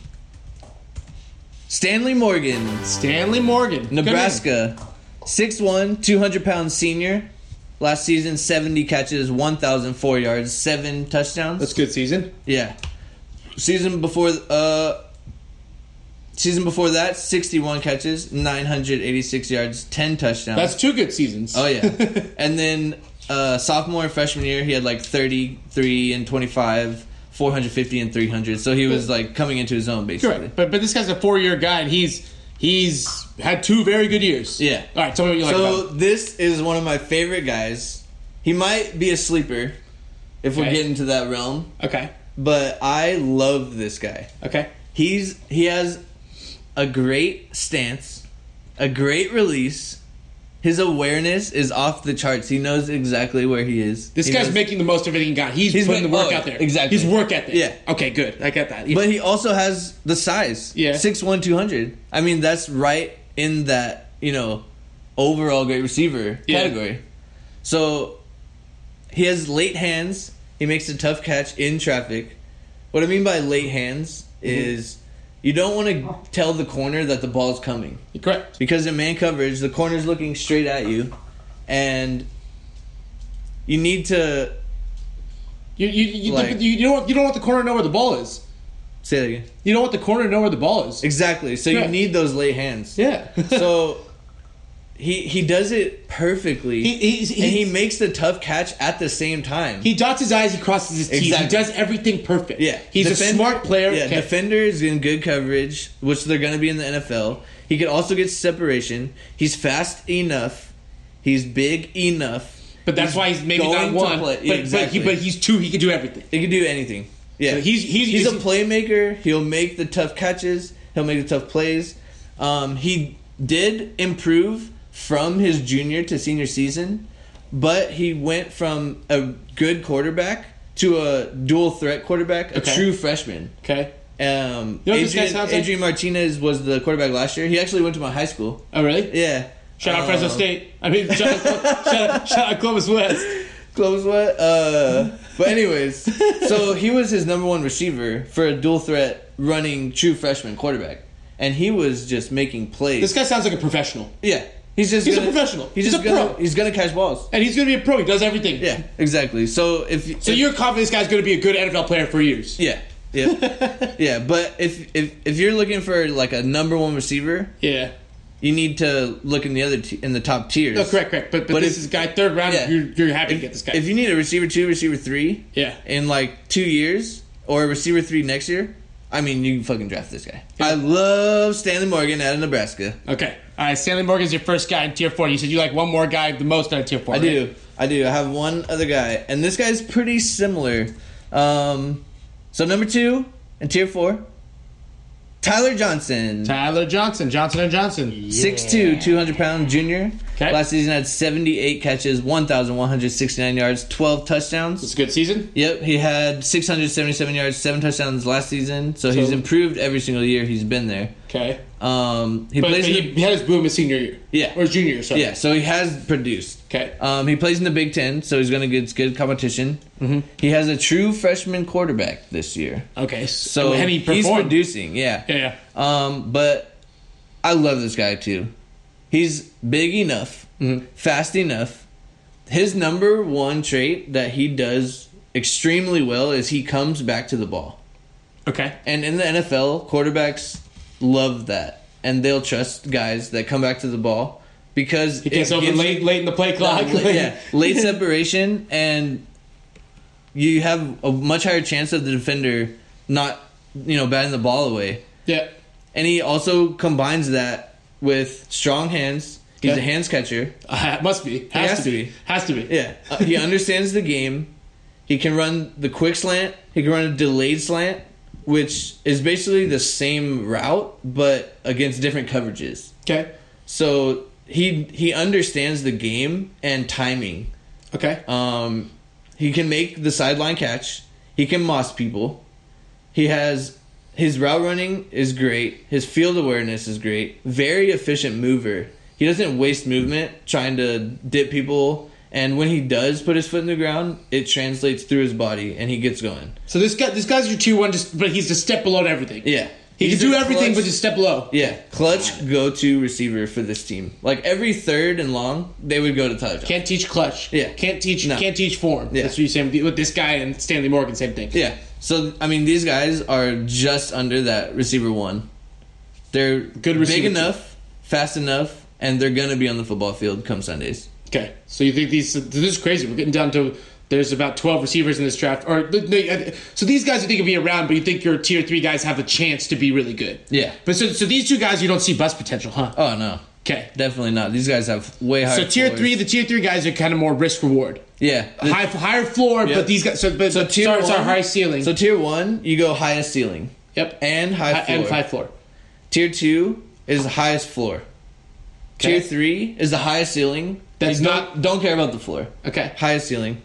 [SPEAKER 5] Stanley Morgan,
[SPEAKER 3] Stanley Morgan, Good
[SPEAKER 5] Nebraska, 6'1", 200 pound senior. Last season, seventy catches, one thousand four yards, seven touchdowns.
[SPEAKER 3] man. good season.
[SPEAKER 5] Yeah. Season before uh season before that, 61 catches, 986 yards, 10 touchdowns.
[SPEAKER 3] That's two good seasons.
[SPEAKER 5] Oh
[SPEAKER 3] (laughs)
[SPEAKER 5] yeah. and then uh sophomore and freshman year, he had like 33 and 25, 450 and 300. So he was like coming into his own basically.
[SPEAKER 3] Correct. But but this guy's a four year guy, and he's he's had two very good years.
[SPEAKER 5] Yeah.
[SPEAKER 3] All right. Tell me what you like.
[SPEAKER 5] so
[SPEAKER 3] about him.
[SPEAKER 5] this is one of my favorite guys. He might be a sleeper if we're
[SPEAKER 3] Okay.
[SPEAKER 5] getting to that realm,
[SPEAKER 3] Okay.
[SPEAKER 5] but I love this guy.
[SPEAKER 3] Okay.
[SPEAKER 5] He's he has a great stance, a great release. His awareness is off the charts. He knows exactly where he is.
[SPEAKER 3] This
[SPEAKER 5] He
[SPEAKER 3] guy's
[SPEAKER 5] knows-
[SPEAKER 3] making the most of everything he got. He's,
[SPEAKER 5] He's
[SPEAKER 3] putting
[SPEAKER 5] ma-
[SPEAKER 3] the work
[SPEAKER 5] oh, yeah,
[SPEAKER 3] out there.
[SPEAKER 5] exactly.
[SPEAKER 3] He's work ethic.
[SPEAKER 5] Yeah.
[SPEAKER 3] Okay. Good. I got that.
[SPEAKER 5] But he also has the size.
[SPEAKER 3] Yeah.
[SPEAKER 5] 6'1", 200. I mean, that's right in that, you know, overall great receiver
[SPEAKER 3] Yeah.
[SPEAKER 5] category. So he has late hands. He makes a tough catch in traffic. What I mean by late hands
[SPEAKER 3] Mm-hmm.
[SPEAKER 5] is you don't want to tell the corner that the ball's coming.
[SPEAKER 3] correct.
[SPEAKER 5] because in man coverage the corner's looking straight at you and you need to
[SPEAKER 3] You you you,
[SPEAKER 5] Like-
[SPEAKER 3] you, don't want, you don't want the corner to know where the ball is.
[SPEAKER 5] say that again
[SPEAKER 3] You don't want the corner to know where the ball is.
[SPEAKER 5] exactly so
[SPEAKER 3] Correct.
[SPEAKER 5] you need those late hands
[SPEAKER 3] Yeah.
[SPEAKER 5] so he he does it perfectly
[SPEAKER 3] (laughs) He- he's-
[SPEAKER 5] and he
[SPEAKER 3] he's-
[SPEAKER 5] makes the tough catch at the same time
[SPEAKER 3] He dots his I's, he crosses his T's, he
[SPEAKER 5] Exactly.
[SPEAKER 3] does everything perfect.
[SPEAKER 5] yeah
[SPEAKER 3] He's
[SPEAKER 5] Defend-
[SPEAKER 3] a smart player.
[SPEAKER 5] yeah
[SPEAKER 3] Okay.
[SPEAKER 5] defender is in good coverage which they're going to be in the nfl he could also get separation he's fast enough he's big enough
[SPEAKER 3] But that's
[SPEAKER 5] He's
[SPEAKER 3] why he's maybe
[SPEAKER 5] going to
[SPEAKER 3] not one.
[SPEAKER 5] play-
[SPEAKER 3] But,
[SPEAKER 5] Yeah,
[SPEAKER 3] but, he, but he's two. He can do everything.
[SPEAKER 5] He can do anything. Yeah,
[SPEAKER 3] So he's- he's-
[SPEAKER 5] he's, a
[SPEAKER 3] he's-
[SPEAKER 5] playmaker. He'll make the tough catches. He'll make the tough plays. Um, he did improve from his junior to senior season, but he went from a good quarterback to a dual threat quarterback, a
[SPEAKER 3] Okay.
[SPEAKER 5] true freshman.
[SPEAKER 3] Okay.
[SPEAKER 5] Um,
[SPEAKER 3] You know what this guy
[SPEAKER 5] Adrian,
[SPEAKER 3] sounds like?
[SPEAKER 5] Adrian Martinez was the quarterback last year. He actually went to my high school.
[SPEAKER 3] Oh really?
[SPEAKER 5] Yeah.
[SPEAKER 3] Shout out
[SPEAKER 5] Um,
[SPEAKER 3] Fresno State. I mean, shout
[SPEAKER 5] (laughs)
[SPEAKER 3] out, shout out, shout out Columbus West.
[SPEAKER 5] Close what? Uh,
[SPEAKER 3] (laughs)
[SPEAKER 5] but anyways, so he was his number one receiver for a dual threat running true freshman quarterback. and he was just making plays.
[SPEAKER 3] This guy sounds like a professional,
[SPEAKER 5] yeah, he's just
[SPEAKER 3] He's a
[SPEAKER 5] gonna-
[SPEAKER 3] professional.
[SPEAKER 5] He's,
[SPEAKER 3] He's
[SPEAKER 5] just
[SPEAKER 3] a
[SPEAKER 5] gonna,
[SPEAKER 3] pro.
[SPEAKER 5] He's gonna catch balls.
[SPEAKER 3] and he's going to be a pro. He does everything.
[SPEAKER 5] Yeah, exactly. So if
[SPEAKER 3] So you're confident this guy's going to be a good NFL player for years.
[SPEAKER 5] yeah
[SPEAKER 3] (laughs)
[SPEAKER 5] yeah yeah. But if if if you're looking for like a number one receiver,
[SPEAKER 3] Yeah.
[SPEAKER 5] you need to look in the other t- in the top tiers.
[SPEAKER 3] No, correct, correct. But but,
[SPEAKER 5] But
[SPEAKER 3] this
[SPEAKER 5] if-
[SPEAKER 3] is guy third round.
[SPEAKER 5] yeah.
[SPEAKER 3] You're, you're happy to get this guy.
[SPEAKER 5] If you need a receiver two, receiver three,
[SPEAKER 3] Yeah.
[SPEAKER 5] in like two years, or a receiver three next year, I mean, you can fucking draft this guy. I love Stanley Morgan out of Nebraska.
[SPEAKER 3] okay. All right. Stanley Morgan's your first guy in tier four. You said you like one more guy the most out of tier four.
[SPEAKER 5] I
[SPEAKER 3] right?
[SPEAKER 5] do, I do. I have one other guy, and this guy's pretty similar. Um, so number two in tier four, Tyler Johnson.
[SPEAKER 3] Tyler Johnson, Johnson and Johnson.
[SPEAKER 5] 6'2", 200 pound junior.
[SPEAKER 3] Okay.
[SPEAKER 5] Last season had 78 catches, 1,169 yards, 12 touchdowns.
[SPEAKER 3] It's a good season.
[SPEAKER 5] Yep, he had 677 yards, seven touchdowns last season. So, he's
[SPEAKER 3] So-
[SPEAKER 5] improved every single year he's been there.
[SPEAKER 3] Okay.
[SPEAKER 5] Um, he
[SPEAKER 3] But, but
[SPEAKER 5] plays.
[SPEAKER 3] he,
[SPEAKER 5] in the-
[SPEAKER 3] he had his boom his senior year.
[SPEAKER 5] Yeah.
[SPEAKER 3] Or his junior year. Sorry.
[SPEAKER 5] yeah, so he has produced.
[SPEAKER 3] Okay.
[SPEAKER 5] Um, he plays in the Big Ten, so he's going to get good competition. Mm-hmm. He has a true freshman quarterback this year.
[SPEAKER 3] Okay.
[SPEAKER 5] So
[SPEAKER 3] So and he
[SPEAKER 5] he's
[SPEAKER 3] performed.
[SPEAKER 5] producing. Yeah.
[SPEAKER 3] yeah. yeah.
[SPEAKER 5] Um, but I love this guy too. He's big enough,
[SPEAKER 3] Mm-hmm.
[SPEAKER 5] fast enough. His number one trait that he does extremely well is he comes back to the ball.
[SPEAKER 3] Okay.
[SPEAKER 5] And in the NFL, quarterbacks love that. And they'll trust guys that come back to the ball because
[SPEAKER 3] He gets over late, late in the play clock. (laughs)
[SPEAKER 5] yeah, late separation and you have a much higher chance of the defender not, you know, batting the ball away
[SPEAKER 3] yeah.
[SPEAKER 5] and he also combines that with strong hands. He's
[SPEAKER 3] Okay.
[SPEAKER 5] a hands catcher.
[SPEAKER 3] Uh, must be. Has,
[SPEAKER 5] has
[SPEAKER 3] to,
[SPEAKER 5] to
[SPEAKER 3] be.
[SPEAKER 5] be.
[SPEAKER 3] Has to be.
[SPEAKER 5] Yeah, Uh, he understands the game. He can run the quick slant. He can run a delayed slant, which is basically the same route but against different coverages.
[SPEAKER 3] Okay.
[SPEAKER 5] So he he understands the game and timing.
[SPEAKER 3] Okay.
[SPEAKER 5] Um, he can make the sideline catch. He can moss people. He has his route running is great. His field awareness is great. Very efficient mover. He doesn't waste movement trying to dip people. And when he does put his foot in the ground, it translates through his body and he gets going.
[SPEAKER 3] so this guy, this guy's your tier one, just but he's a step below everything.
[SPEAKER 5] Yeah.
[SPEAKER 3] He
[SPEAKER 5] He's
[SPEAKER 3] can do
[SPEAKER 5] a
[SPEAKER 3] everything,
[SPEAKER 5] clutch-
[SPEAKER 3] but just step below.
[SPEAKER 5] yeah, clutch go-to receiver for this team. Like every third and long, they would go to Tyler Johnson.
[SPEAKER 3] Can't teach clutch.
[SPEAKER 5] Yeah.
[SPEAKER 3] Can't teach.
[SPEAKER 5] No.
[SPEAKER 3] Can't teach form.
[SPEAKER 5] Yeah.
[SPEAKER 3] That's what you're saying with- with this guy and Stanley Morgan. Same thing.
[SPEAKER 5] Yeah. So I mean, these guys are just under that receiver one. They're good
[SPEAKER 3] receiver
[SPEAKER 5] big
[SPEAKER 3] two.
[SPEAKER 5] enough, fast enough, and they're gonna be on the football field come Sundays.
[SPEAKER 3] Okay. So you think these? This is crazy. We're getting down to there's about 12 receivers in this draft. Or no, I- so these guys you think will be around, but you think your tier three guys have a chance to be really good.
[SPEAKER 5] Yeah.
[SPEAKER 3] But so so these two guys you don't see bust potential, huh?
[SPEAKER 5] Oh no,
[SPEAKER 3] Okay.
[SPEAKER 5] definitely not. These guys have way higher.
[SPEAKER 3] So tier
[SPEAKER 5] floors.
[SPEAKER 3] three, the tier three guys are kind of more risk reward,
[SPEAKER 5] yeah. The-
[SPEAKER 3] high higher floor,
[SPEAKER 5] Yeah.
[SPEAKER 3] but these guys. So but
[SPEAKER 5] so tier
[SPEAKER 3] sorry,
[SPEAKER 5] one,
[SPEAKER 3] sorry, high ceiling.
[SPEAKER 5] So tier one, you go highest ceiling
[SPEAKER 3] yep.
[SPEAKER 5] and high
[SPEAKER 3] High-
[SPEAKER 5] floor.
[SPEAKER 3] and high floor.
[SPEAKER 5] Tier two is the highest floor. Tier
[SPEAKER 3] Okay.
[SPEAKER 5] three is the highest ceiling.
[SPEAKER 3] That's
[SPEAKER 5] You
[SPEAKER 3] not-
[SPEAKER 5] don't, don't care about the floor.
[SPEAKER 3] Okay.
[SPEAKER 5] Highest ceiling,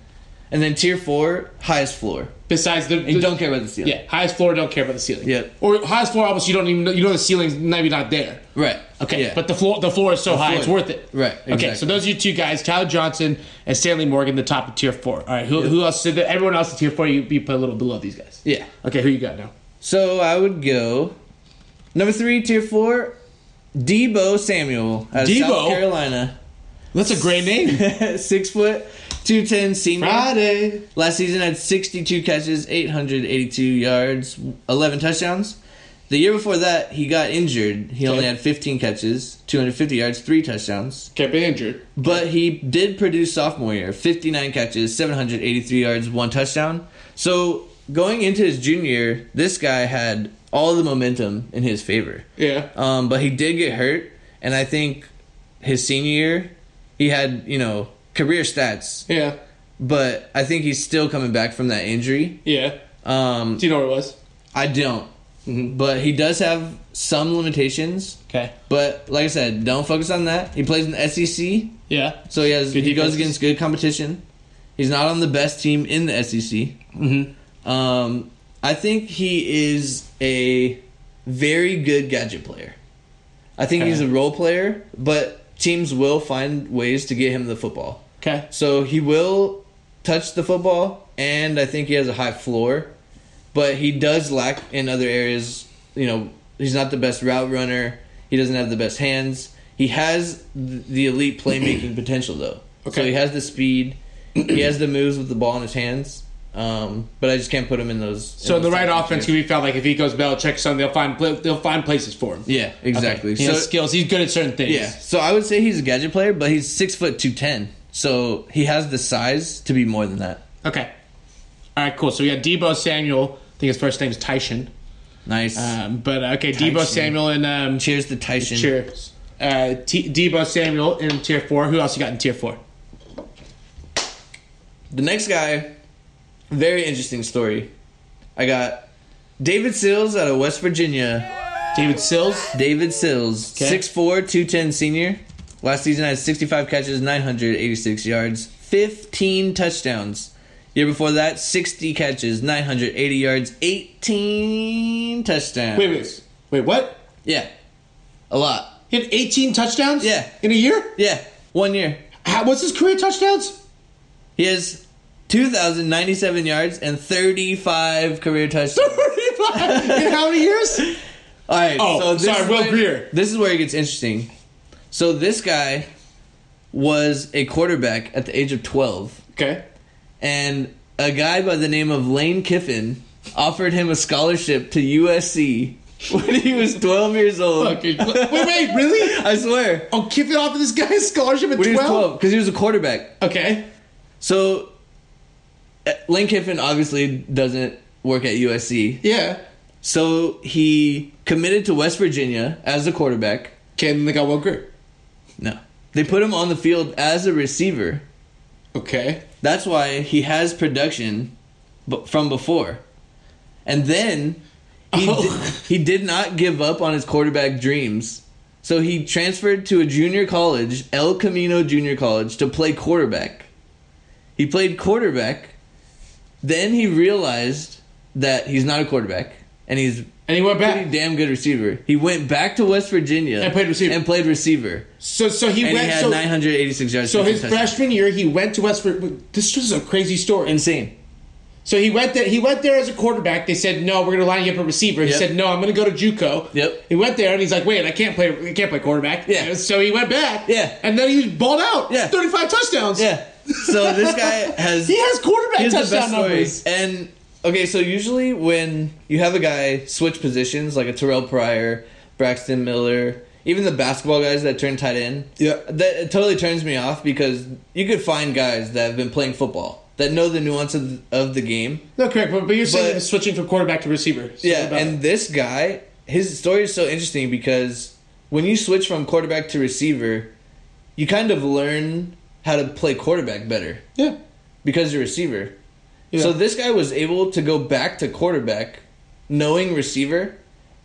[SPEAKER 5] and then tier four, highest floor.
[SPEAKER 3] Besides the,
[SPEAKER 5] And
[SPEAKER 3] the-
[SPEAKER 5] you don't care about the ceiling.
[SPEAKER 3] Yeah, highest floor don't care about the ceiling.
[SPEAKER 5] Yeah.
[SPEAKER 3] Or highest floor almost you don't even know, you know the ceiling's maybe not there.
[SPEAKER 5] Right.
[SPEAKER 3] Okay.
[SPEAKER 5] Yeah.
[SPEAKER 3] But the floor the floor is so high
[SPEAKER 5] floor.
[SPEAKER 3] it's worth it.
[SPEAKER 5] Right,
[SPEAKER 3] Okay. So
[SPEAKER 5] exactly.
[SPEAKER 3] those are your two guys, Tyler Johnson and Stanley Morgan, the top of tier four. All right. Who, who else? Did everyone else in tier four? You, you put a little below these guys.
[SPEAKER 5] Yeah.
[SPEAKER 3] Okay. Who you got now?
[SPEAKER 5] So I would go number three, tier four, Debo Samuel out of
[SPEAKER 3] Debo?
[SPEAKER 5] South Carolina.
[SPEAKER 3] That's a great
[SPEAKER 5] (laughs)
[SPEAKER 3] name.
[SPEAKER 5] Six foot, two ten senior.
[SPEAKER 3] Friday.
[SPEAKER 5] Last season had sixty two catches, eight hundred eighty two yards, eleven touchdowns. The year before that, he got injured. He only
[SPEAKER 3] Okay.
[SPEAKER 5] had 15 catches, 250 yards, three touchdowns.
[SPEAKER 3] Can't be injured.
[SPEAKER 5] But he did produce sophomore year 59 catches, 783 yards, one touchdown. So going into his junior year, this guy had all the momentum in his favor.
[SPEAKER 3] Yeah.
[SPEAKER 5] Um, but he did get hurt, and I think his senior year, he had you know career stats,
[SPEAKER 3] Yeah.
[SPEAKER 5] but I think he's still coming back from that injury.
[SPEAKER 3] Yeah.
[SPEAKER 5] Um,
[SPEAKER 3] Do you know what it was?
[SPEAKER 5] I don't, but he does have some limitations.
[SPEAKER 3] Okay.
[SPEAKER 5] But like I said, don't focus on that. He plays in the E SEC,
[SPEAKER 3] Yeah.
[SPEAKER 5] so he has
[SPEAKER 3] Good
[SPEAKER 5] he goes
[SPEAKER 3] defenses.
[SPEAKER 5] against good competition. He's not on the best team in the SEC. Mm-hmm. Um, I think he is a very good gadget player. I think he's a role player, but teams will find ways to get him the football.
[SPEAKER 3] Okay.
[SPEAKER 5] So he will touch the football, and I think he has a high floor, but he does lack in other areas. You know, he's not the best route runner. He doesn't have the best hands. He has th- the elite playmaking (clears throat) potential though. So
[SPEAKER 3] Okay.
[SPEAKER 5] he has the speed. he has the moves with the ball in his hands. Um, but I just can't put him in those.
[SPEAKER 3] So
[SPEAKER 5] in
[SPEAKER 3] the
[SPEAKER 5] those
[SPEAKER 3] right
[SPEAKER 5] top
[SPEAKER 3] offense can
[SPEAKER 5] tiers.
[SPEAKER 3] be found. Like if he goes Belichick, or something they'll find pla- they'll find places for him.
[SPEAKER 5] Yeah, exactly.
[SPEAKER 3] He
[SPEAKER 5] So-
[SPEAKER 3] has skills. He's good at certain things.
[SPEAKER 5] Yeah. So I would say he's a gadget player, but he's six foot two ten. So he has the size to be more than that.
[SPEAKER 3] Okay. All right. Cool. So we got Debo Samuel. I think his first name is Tyshan.
[SPEAKER 5] Nice.
[SPEAKER 3] Um, but uh, okay, Debo
[SPEAKER 5] Tyson.
[SPEAKER 3] Samuel and um,
[SPEAKER 5] Cheers to Tyson.
[SPEAKER 3] cheers. Uh, T- Debo Samuel in tier four. Who else you got in tier four?
[SPEAKER 5] The next guy, very interesting story. I got David Sills out of West Virginia.
[SPEAKER 3] David Sills.
[SPEAKER 5] David Sills,
[SPEAKER 3] Okay.
[SPEAKER 5] six four, two ten, 6'4", 210 senior. Last season had 65 catches, 986 yards, 15 touchdowns. Year before that, 60 catches, 980 yards, 18 touchdowns.
[SPEAKER 3] Wait, wait, wait. What?
[SPEAKER 5] Yeah. A lot.
[SPEAKER 3] He had 18 touchdowns.
[SPEAKER 5] Yeah.
[SPEAKER 3] In a year.
[SPEAKER 5] Yeah. One year.
[SPEAKER 3] How, what's his career touchdowns? (laughs)
[SPEAKER 5] He has 2,097 yards and 35 career
[SPEAKER 3] (laughs) Oh,
[SPEAKER 5] touchdowns.
[SPEAKER 3] 35. in how many years?
[SPEAKER 5] All right.
[SPEAKER 3] Oh,
[SPEAKER 5] so this
[SPEAKER 3] sorry,
[SPEAKER 5] is
[SPEAKER 3] Will
[SPEAKER 5] where-
[SPEAKER 3] Greer.
[SPEAKER 5] This is where it gets interesting. So this guy was a quarterback at the age of 12,
[SPEAKER 3] Okay.
[SPEAKER 5] and a guy by the name of Lane Kiffin offered him a scholarship to USC (laughs) when he was 12 years old.
[SPEAKER 3] Okay.
[SPEAKER 5] (laughs)
[SPEAKER 3] Wait, wait, really?
[SPEAKER 5] I swear.
[SPEAKER 3] Oh, give it off to this guy's scholarship at
[SPEAKER 5] When he was
[SPEAKER 3] 12?
[SPEAKER 5] 12, because he was a quarterback.
[SPEAKER 3] Okay.
[SPEAKER 5] So uh, Lane Kiffin obviously doesn't work at USC.
[SPEAKER 3] Yeah.
[SPEAKER 5] So he committed to West Virginia as a quarterback.
[SPEAKER 3] Can they got Will Greer.
[SPEAKER 5] No. They put him on the field as a receiver.
[SPEAKER 3] Okay.
[SPEAKER 5] That's why he has production b- from before. And then he,
[SPEAKER 3] Oh.
[SPEAKER 5] di- he did not give up on his quarterback dreams. So he transferred to a junior college, El Camino Junior College, to play quarterback. He played quarterback. Then he realized that he's not a quarterback and he's
[SPEAKER 3] And he went
[SPEAKER 5] pretty
[SPEAKER 3] back.
[SPEAKER 5] damn good receiver. He went back to West Virginia
[SPEAKER 3] And played receiver.
[SPEAKER 5] And played receiver.
[SPEAKER 3] So so he
[SPEAKER 5] And he
[SPEAKER 3] went
[SPEAKER 5] had
[SPEAKER 3] so,
[SPEAKER 5] 986 yards.
[SPEAKER 3] so
[SPEAKER 5] 15
[SPEAKER 3] his
[SPEAKER 5] touchdowns.
[SPEAKER 3] freshman year he went to West Vir- This was a crazy story.
[SPEAKER 5] insane.
[SPEAKER 3] so he went there he went there as a quarterback. They said, "No, we're going to line you up a receiver." He
[SPEAKER 5] Yep.
[SPEAKER 3] said, "No, I'm going to go to JUCO."
[SPEAKER 5] Yep.
[SPEAKER 3] He went there and he's like, "Wait, I can't play I can't play quarterback."
[SPEAKER 5] Yeah.
[SPEAKER 3] So he went back.
[SPEAKER 5] Yeah.
[SPEAKER 3] And then he balled out.
[SPEAKER 5] Yeah.
[SPEAKER 3] 35 touchdowns.
[SPEAKER 5] Yeah. So this guy has
[SPEAKER 3] (laughs) He has quarterback
[SPEAKER 5] he has the
[SPEAKER 3] touchdown
[SPEAKER 5] best story.
[SPEAKER 3] numbers.
[SPEAKER 5] And okay, so usually when you have a guy switch positions like a Terrell Pryor, Braxton Miller, even the basketball guys that turn tight end,
[SPEAKER 3] Yeah.
[SPEAKER 5] that it totally turns me off because you could find guys that have been playing football that know the nuance of the, of the game.
[SPEAKER 3] No, correct. But, but you're saying
[SPEAKER 5] But-
[SPEAKER 3] he was switching from quarterback to receiver. So
[SPEAKER 5] Yeah,
[SPEAKER 3] about
[SPEAKER 5] and
[SPEAKER 3] it.
[SPEAKER 5] this guy, his story is so interesting because when you switch from quarterback to receiver, you kind of learn how to play quarterback better
[SPEAKER 3] yeah.
[SPEAKER 5] because you're a receiver.
[SPEAKER 3] Yeah.
[SPEAKER 5] So this guy was able to go back to quarterback, knowing receiver,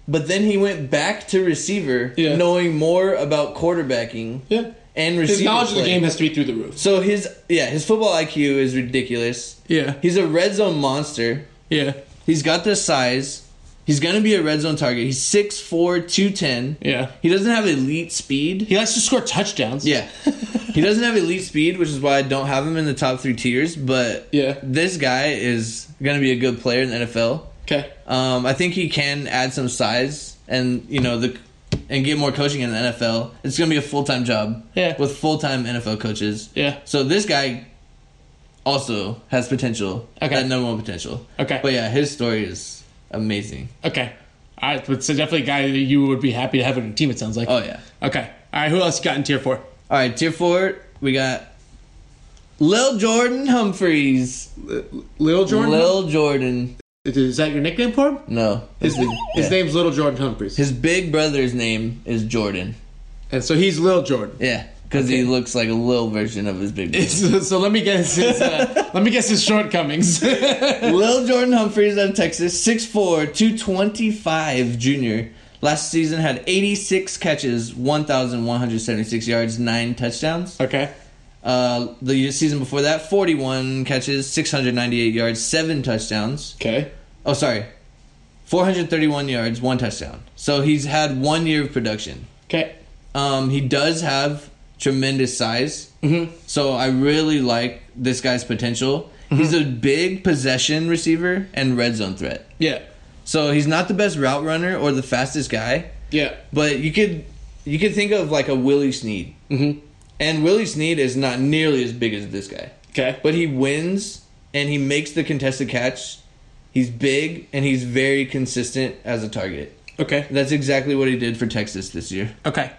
[SPEAKER 5] but then he went back to receiver,
[SPEAKER 3] Yeah.
[SPEAKER 5] knowing more about quarterbacking
[SPEAKER 3] Yeah.
[SPEAKER 5] and
[SPEAKER 3] His
[SPEAKER 5] receiver.
[SPEAKER 3] knowledge of the
[SPEAKER 5] play.
[SPEAKER 3] game has to be through the roof.
[SPEAKER 5] So his yeah, his football IQ is ridiculous.
[SPEAKER 3] Yeah.
[SPEAKER 5] He's a red zone monster.
[SPEAKER 3] Yeah.
[SPEAKER 5] He's got the size. He's gonna be a red zone target. He's 6'4", 210.
[SPEAKER 3] Yeah.
[SPEAKER 5] He doesn't have elite speed.
[SPEAKER 3] He likes to score touchdowns.
[SPEAKER 5] Yeah. he doesn't have elite speed, which is why I don't have him in the top three tiers, but
[SPEAKER 3] Yeah.
[SPEAKER 5] this guy is going to be a good player in the NFL.
[SPEAKER 3] Okay.
[SPEAKER 5] Um, I think he can add some size and, you know, the and get more coaching in the NFL. It's going to be a full-time job
[SPEAKER 3] Yeah.
[SPEAKER 5] with full-time NFL coaches.
[SPEAKER 3] Yeah.
[SPEAKER 5] So this guy also has potential.
[SPEAKER 3] Okay.
[SPEAKER 5] That number one potential.
[SPEAKER 3] Okay.
[SPEAKER 5] But yeah, his story is amazing.
[SPEAKER 3] Okay. All right. But so definitely a guy that you would be happy to have on your team, it sounds like.
[SPEAKER 5] Oh, yeah.
[SPEAKER 3] Okay. All right. Who else you got in tier four?
[SPEAKER 5] All right, tier four, we got Lil Jordan Humphreys.
[SPEAKER 3] Little Jordan?
[SPEAKER 5] Lil Jordan.
[SPEAKER 3] Is that your nickname for him?
[SPEAKER 5] No.
[SPEAKER 3] His, his
[SPEAKER 5] Yeah.
[SPEAKER 3] name's Little Jordan Humphries.
[SPEAKER 5] His big brother's name is Jordan.
[SPEAKER 3] and so he's Little Jordan.
[SPEAKER 5] Yeah, because he looks like a little version of his big brother.
[SPEAKER 3] (laughs) So, so let me guess his (laughs) uh, let me guess his shortcomings. (laughs)
[SPEAKER 5] Lil Jordan Humphreys out of Texas, 6'4", 225 junior. Last season had 86 catches, 1,176 yards, 9 touchdowns.
[SPEAKER 3] okay.
[SPEAKER 5] Uh, the season before that, 41 catches, 698 yards, 7 touchdowns.
[SPEAKER 3] Okay.
[SPEAKER 5] Oh, sorry. 431 yards, 1 touchdown. So he's had one year of production.
[SPEAKER 3] Okay.
[SPEAKER 5] Um, he does have tremendous size,
[SPEAKER 3] Mhm.
[SPEAKER 5] so I really like this guy's potential. He's a big possession receiver and red zone threat.
[SPEAKER 3] Yeah.
[SPEAKER 5] So he's not the best route runner or the fastest guy,
[SPEAKER 3] Yeah.
[SPEAKER 5] but you could you could think of like a Willie Snead,
[SPEAKER 3] Mm-hmm.
[SPEAKER 5] and Willie Snead is not nearly as big as this guy,
[SPEAKER 3] Okay.
[SPEAKER 5] but he wins and he makes the contested catch. He's big and he's very consistent as a target.
[SPEAKER 3] Okay.
[SPEAKER 5] That's exactly what he did for Texas this year.
[SPEAKER 3] Okay.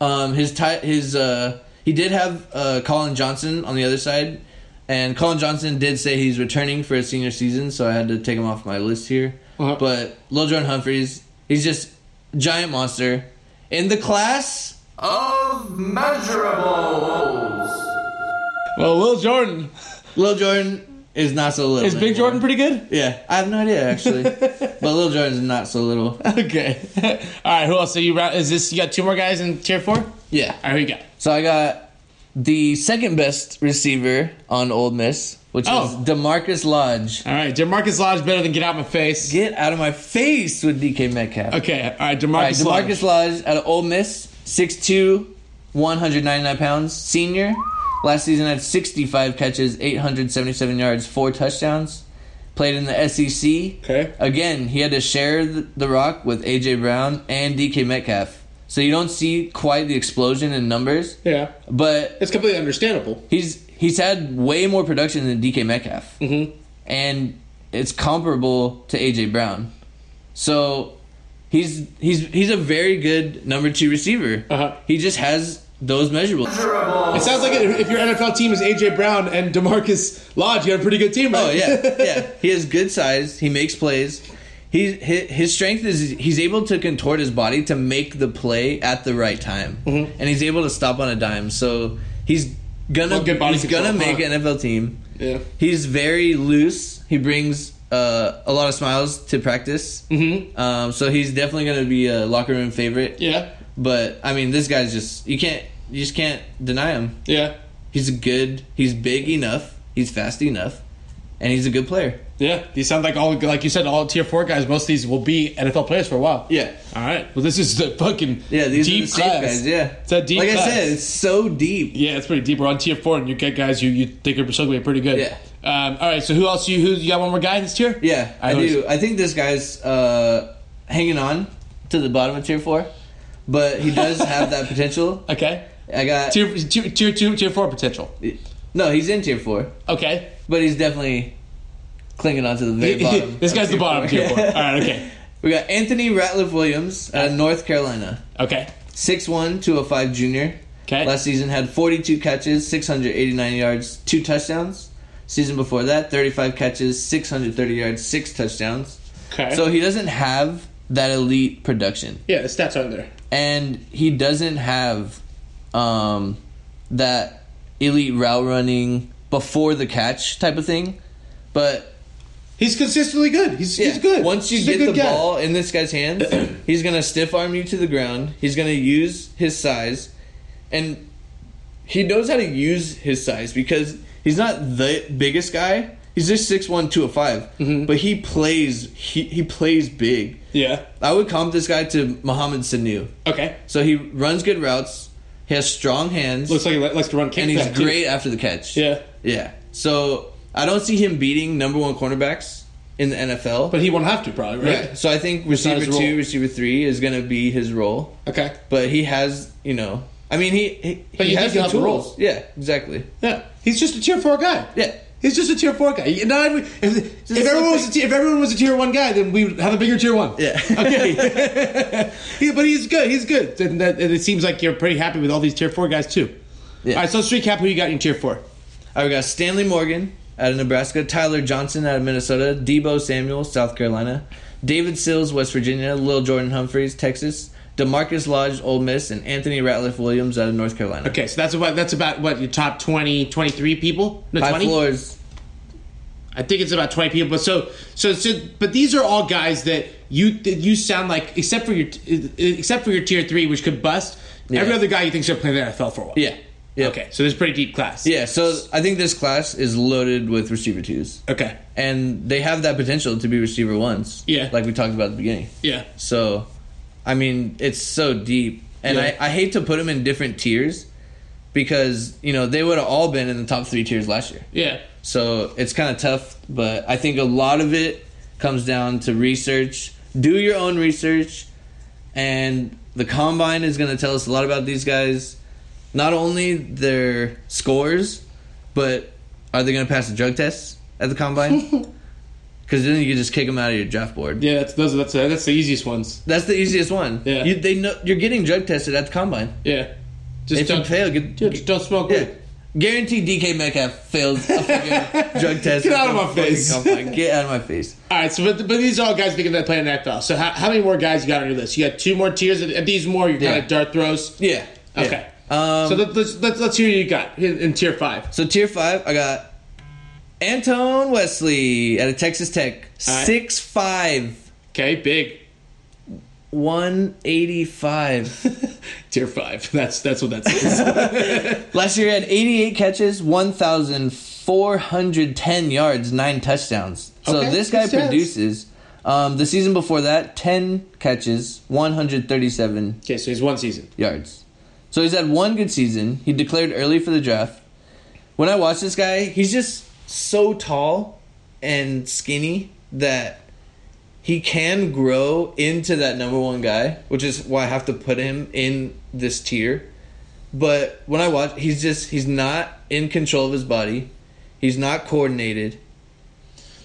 [SPEAKER 5] Um, his ti- his uh, he did have uh, Colin Johnson on the other side, and Colin Johnson did say he's returning for his senior season, so I had to take him off my list here.
[SPEAKER 3] Uh-huh.
[SPEAKER 5] But Lil Jon Humphreys, he's just giant monster in the class.
[SPEAKER 4] Of measurables.
[SPEAKER 3] Well, Will Jordan
[SPEAKER 5] Lil Jordan is not so little.
[SPEAKER 3] is Big
[SPEAKER 5] anymore.
[SPEAKER 3] Jordan pretty good?
[SPEAKER 5] Yeah, I have no idea actually, but Lil Jordan's not so little.
[SPEAKER 3] (laughs) Okay. All right. Who else? So you ra- is this? You got two more guys in tier four? All
[SPEAKER 5] Yeah.
[SPEAKER 3] right. Who you got?
[SPEAKER 5] So I got the second best receiver on Old Miss, which
[SPEAKER 3] Oh.
[SPEAKER 5] is Demarcus Lodge.
[SPEAKER 3] All right. Demarcus Lodge better than get out my face.
[SPEAKER 5] Get out of my face with DK Metcalf.
[SPEAKER 3] okay. All right.
[SPEAKER 5] All right,
[SPEAKER 3] Demarcus,
[SPEAKER 5] Demarcus
[SPEAKER 3] Lodge.
[SPEAKER 5] Lodge out of Ole Miss, 6'2", 199 pounds, senior. Last season had 65 catches, 877 yards, four touchdowns. Played in the SEC.
[SPEAKER 3] Okay.
[SPEAKER 5] Again, he had to share th- the rock with A.J. Brown and DK Metcalf. So you don't see quite the explosion in numbers,
[SPEAKER 3] Yeah.
[SPEAKER 5] but
[SPEAKER 3] It's completely understandable.
[SPEAKER 5] he's he's had way more production than DK Metcalf, mm-hmm. and it's comparable to AJ Brown. So he's he's he's a very good number two receiver.
[SPEAKER 3] Uh-huh.
[SPEAKER 5] He just has those measurables.
[SPEAKER 3] It sounds like if your NFL team is AJ Brown and Demarcus Lodge, you have a pretty good team, right?
[SPEAKER 5] Oh
[SPEAKER 3] (laughs)
[SPEAKER 5] yeah, yeah. He has good size. He makes plays. He, his, his strength is he's able to contort his body to make the play at the right time,
[SPEAKER 3] Mm-hmm.
[SPEAKER 5] and he's able to stop on a dime. So he's gonna
[SPEAKER 3] Well, good body
[SPEAKER 5] he's
[SPEAKER 3] control, Uh-huh.
[SPEAKER 5] gonna make
[SPEAKER 3] huh?
[SPEAKER 5] an NFL team.
[SPEAKER 3] Yeah.
[SPEAKER 5] He's very loose. He brings uh, a lot of smiles to practice. Mm-hmm. Um, so he's definitely going to be a locker room favorite.
[SPEAKER 3] Yeah.
[SPEAKER 5] But I mean, this guy's just you can't you just can't deny him.
[SPEAKER 3] Yeah.
[SPEAKER 5] He's good. He's big enough. He's fast enough, and he's a good player.
[SPEAKER 3] Yeah, these sound like all like you said, all tier four guys. Most of these will be NFL players for a while.
[SPEAKER 5] Yeah.
[SPEAKER 3] All right. Well, this is the fucking
[SPEAKER 5] Yeah, these
[SPEAKER 3] deep
[SPEAKER 5] are the safe
[SPEAKER 3] class.
[SPEAKER 5] guys. Yeah,
[SPEAKER 3] It's a deep
[SPEAKER 5] Like
[SPEAKER 3] class.
[SPEAKER 5] I said, it's so deep.
[SPEAKER 3] yeah, it's pretty deep. We're on tier four, and you get guys you, you think are still gonna be pretty good.
[SPEAKER 5] Yeah.
[SPEAKER 3] Um, all right. So who else? You who you got one more guy in this tier?
[SPEAKER 5] Yeah, I,
[SPEAKER 3] All right, who
[SPEAKER 5] do.
[SPEAKER 3] is-
[SPEAKER 5] I think this guy's uh, hanging on to the bottom of tier four, but he does have
[SPEAKER 3] (laughs)
[SPEAKER 5] that potential.
[SPEAKER 3] Okay.
[SPEAKER 5] I got
[SPEAKER 3] Tier, tier tier two tier four potential.
[SPEAKER 5] no. He's in tier four.
[SPEAKER 3] Okay.
[SPEAKER 5] But he's definitely clinging on to the very bottom.
[SPEAKER 3] (laughs) this
[SPEAKER 5] of
[SPEAKER 3] guy's the
[SPEAKER 5] tier
[SPEAKER 3] bottom of
[SPEAKER 5] four. (laughs)
[SPEAKER 3] tier four. All right. Okay.
[SPEAKER 5] We got Anthony Ratliff Williams out of North Carolina.
[SPEAKER 3] Okay.
[SPEAKER 5] 6'1, 205 junior.
[SPEAKER 3] Okay.
[SPEAKER 5] Last season had 42 catches, 689 yards, two touchdowns. Season before that, 35 catches, 630 yards, six touchdowns.
[SPEAKER 3] Okay.
[SPEAKER 5] So he doesn't have that elite production.
[SPEAKER 3] yeah, the stats aren't there.
[SPEAKER 5] And he doesn't have um, that elite route running before the catch type of thing. But
[SPEAKER 3] He's consistently good. He's he's good.
[SPEAKER 5] Once you
[SPEAKER 3] He's a
[SPEAKER 5] get the
[SPEAKER 3] good guy.
[SPEAKER 5] ball in this guy's
[SPEAKER 3] (clears throat)
[SPEAKER 5] hands, he's gonna stiff arm you to the ground. He's gonna use his size, and he knows how to use his size because he's not the biggest guy. He's just 6'1", 205.
[SPEAKER 3] Mm-hmm.
[SPEAKER 5] But he plays he, he plays big.
[SPEAKER 3] Yeah.
[SPEAKER 5] I would comp this guy to Mohamed Sanu.
[SPEAKER 3] Okay.
[SPEAKER 5] So he runs good routes. He has strong hands,
[SPEAKER 3] Looks like he li- likes to run kickbacks.
[SPEAKER 5] and he's
[SPEAKER 3] too.
[SPEAKER 5] great after the catch.
[SPEAKER 3] Yeah.
[SPEAKER 5] yeah. So I don't see him beating number one cornerbacks in the NFL.
[SPEAKER 3] But he won't have to probably, right?
[SPEAKER 5] Yeah. (laughs) So I think
[SPEAKER 3] not
[SPEAKER 5] receiver
[SPEAKER 3] his
[SPEAKER 5] two,
[SPEAKER 3] role.
[SPEAKER 5] receiver three is going to be his role.
[SPEAKER 3] Okay.
[SPEAKER 5] But he has, you know, I mean, he he,
[SPEAKER 3] But
[SPEAKER 5] he
[SPEAKER 3] you
[SPEAKER 5] has the
[SPEAKER 3] think he'll have the
[SPEAKER 5] tools.
[SPEAKER 3] role.
[SPEAKER 5] Yeah,
[SPEAKER 3] (laughs)
[SPEAKER 5] exactly.
[SPEAKER 3] Yeah, he's just a tier four guy.
[SPEAKER 5] Yeah.
[SPEAKER 3] he's just a tier four guy. You- Not every, if, if everyone was a tier, if everyone was a tier one guy, then we would have a bigger tier one.
[SPEAKER 5] Yeah.
[SPEAKER 3] Okay. (laughs) He- but he's good. He's good, and, that, and it seems like you're pretty happy with all these tier four guys too.
[SPEAKER 5] Yeah.
[SPEAKER 3] All right, so let's recap who you got in tier four.
[SPEAKER 5] (laughs) All right, we got Stanley Morgan out of Nebraska, Tyler Johnson out of Minnesota, Debo Samuel, South Carolina, David Sills, West Virginia, Lil Jordan Humphreys, Texas, Demarcus Lodge, Ole Miss, and Anthony Ratliff Williams out of North Carolina.
[SPEAKER 3] Okay, so that's about that's about what your top 20, 23 people. No,
[SPEAKER 5] High
[SPEAKER 3] 20?
[SPEAKER 5] floors.
[SPEAKER 3] I think it's about twenty people. But so, so, so, but these are all guys that you that you sound like, except for your except for your tier three, which could bust. Every
[SPEAKER 5] Yeah.
[SPEAKER 3] other guy you think's gonna play in the NFL for a while.
[SPEAKER 5] Yeah. Yeah.
[SPEAKER 3] Okay, so there's a pretty deep class.
[SPEAKER 5] Yeah. So I think this class is loaded with receiver twos.
[SPEAKER 3] Okay.
[SPEAKER 5] and they have that potential to be receiver ones.
[SPEAKER 3] Yeah.
[SPEAKER 5] like we talked about at the beginning.
[SPEAKER 3] Yeah.
[SPEAKER 5] So, I mean, it's so deep, and
[SPEAKER 3] Yeah.
[SPEAKER 5] I, I hate to put them in different tiers because you know they would have all been in the top three tiers last year.
[SPEAKER 3] Yeah.
[SPEAKER 5] So it's kind of tough, but I think a lot of it comes down to research. Do your own research, and the combine is going to tell us a lot about these guys. Not only their scores, but are they going to pass the drug test at the combine? Because then you can just kick them out of your draft board.
[SPEAKER 3] Yeah, that's those, that's uh, that's the easiest ones.
[SPEAKER 5] That's the easiest one.
[SPEAKER 3] Yeah.
[SPEAKER 5] You, they know you're getting drug tested at the combine.
[SPEAKER 3] Yeah, just
[SPEAKER 5] if you
[SPEAKER 3] don't
[SPEAKER 5] fail, get,
[SPEAKER 3] yeah, just don't smoke
[SPEAKER 5] yeah.
[SPEAKER 3] weed.
[SPEAKER 5] Guaranteed DK Metcalf failed a
[SPEAKER 3] (laughs)
[SPEAKER 5] fucking drug test.
[SPEAKER 3] Get out of my
[SPEAKER 5] Fucking
[SPEAKER 3] face.
[SPEAKER 5] combine. Get out of my face.
[SPEAKER 3] All right, so but, but these are all guys making that play in NFL. So how, how many more guys you got on your list? You got two more tiers. Are these more your kind
[SPEAKER 5] Yeah.
[SPEAKER 3] of dart throws?
[SPEAKER 5] Yeah. Yeah.
[SPEAKER 3] Okay.
[SPEAKER 5] Um,
[SPEAKER 3] so
[SPEAKER 5] so,
[SPEAKER 3] let, let's, let's let's hear what you got in, in tier five.
[SPEAKER 5] tier five, I got Antone Wesley out of Texas Tech.
[SPEAKER 3] right.
[SPEAKER 5] Six five,
[SPEAKER 3] Okay, big (laughs)
[SPEAKER 5] one eighty five.
[SPEAKER 3] tier five. (laughs) That's that's what that
[SPEAKER 5] (laughs)
[SPEAKER 3] says.
[SPEAKER 5] Last year he had eighty eight catches, one thousand four hundred ten yards, nine touchdowns. So
[SPEAKER 3] Okay,
[SPEAKER 5] this guy
[SPEAKER 3] good stats.
[SPEAKER 5] produces. Um, the season before that, ten catches, one hundred thirty seven
[SPEAKER 3] okay, so he's one season.
[SPEAKER 5] yards. So he's had one good season. He declared early for the draft. When I watch this guy, he's just so tall and skinny that he can grow into that number one guy, which is why I have to put him in this tier. But when I watch, he's just he's not in control of his body. He's not coordinated.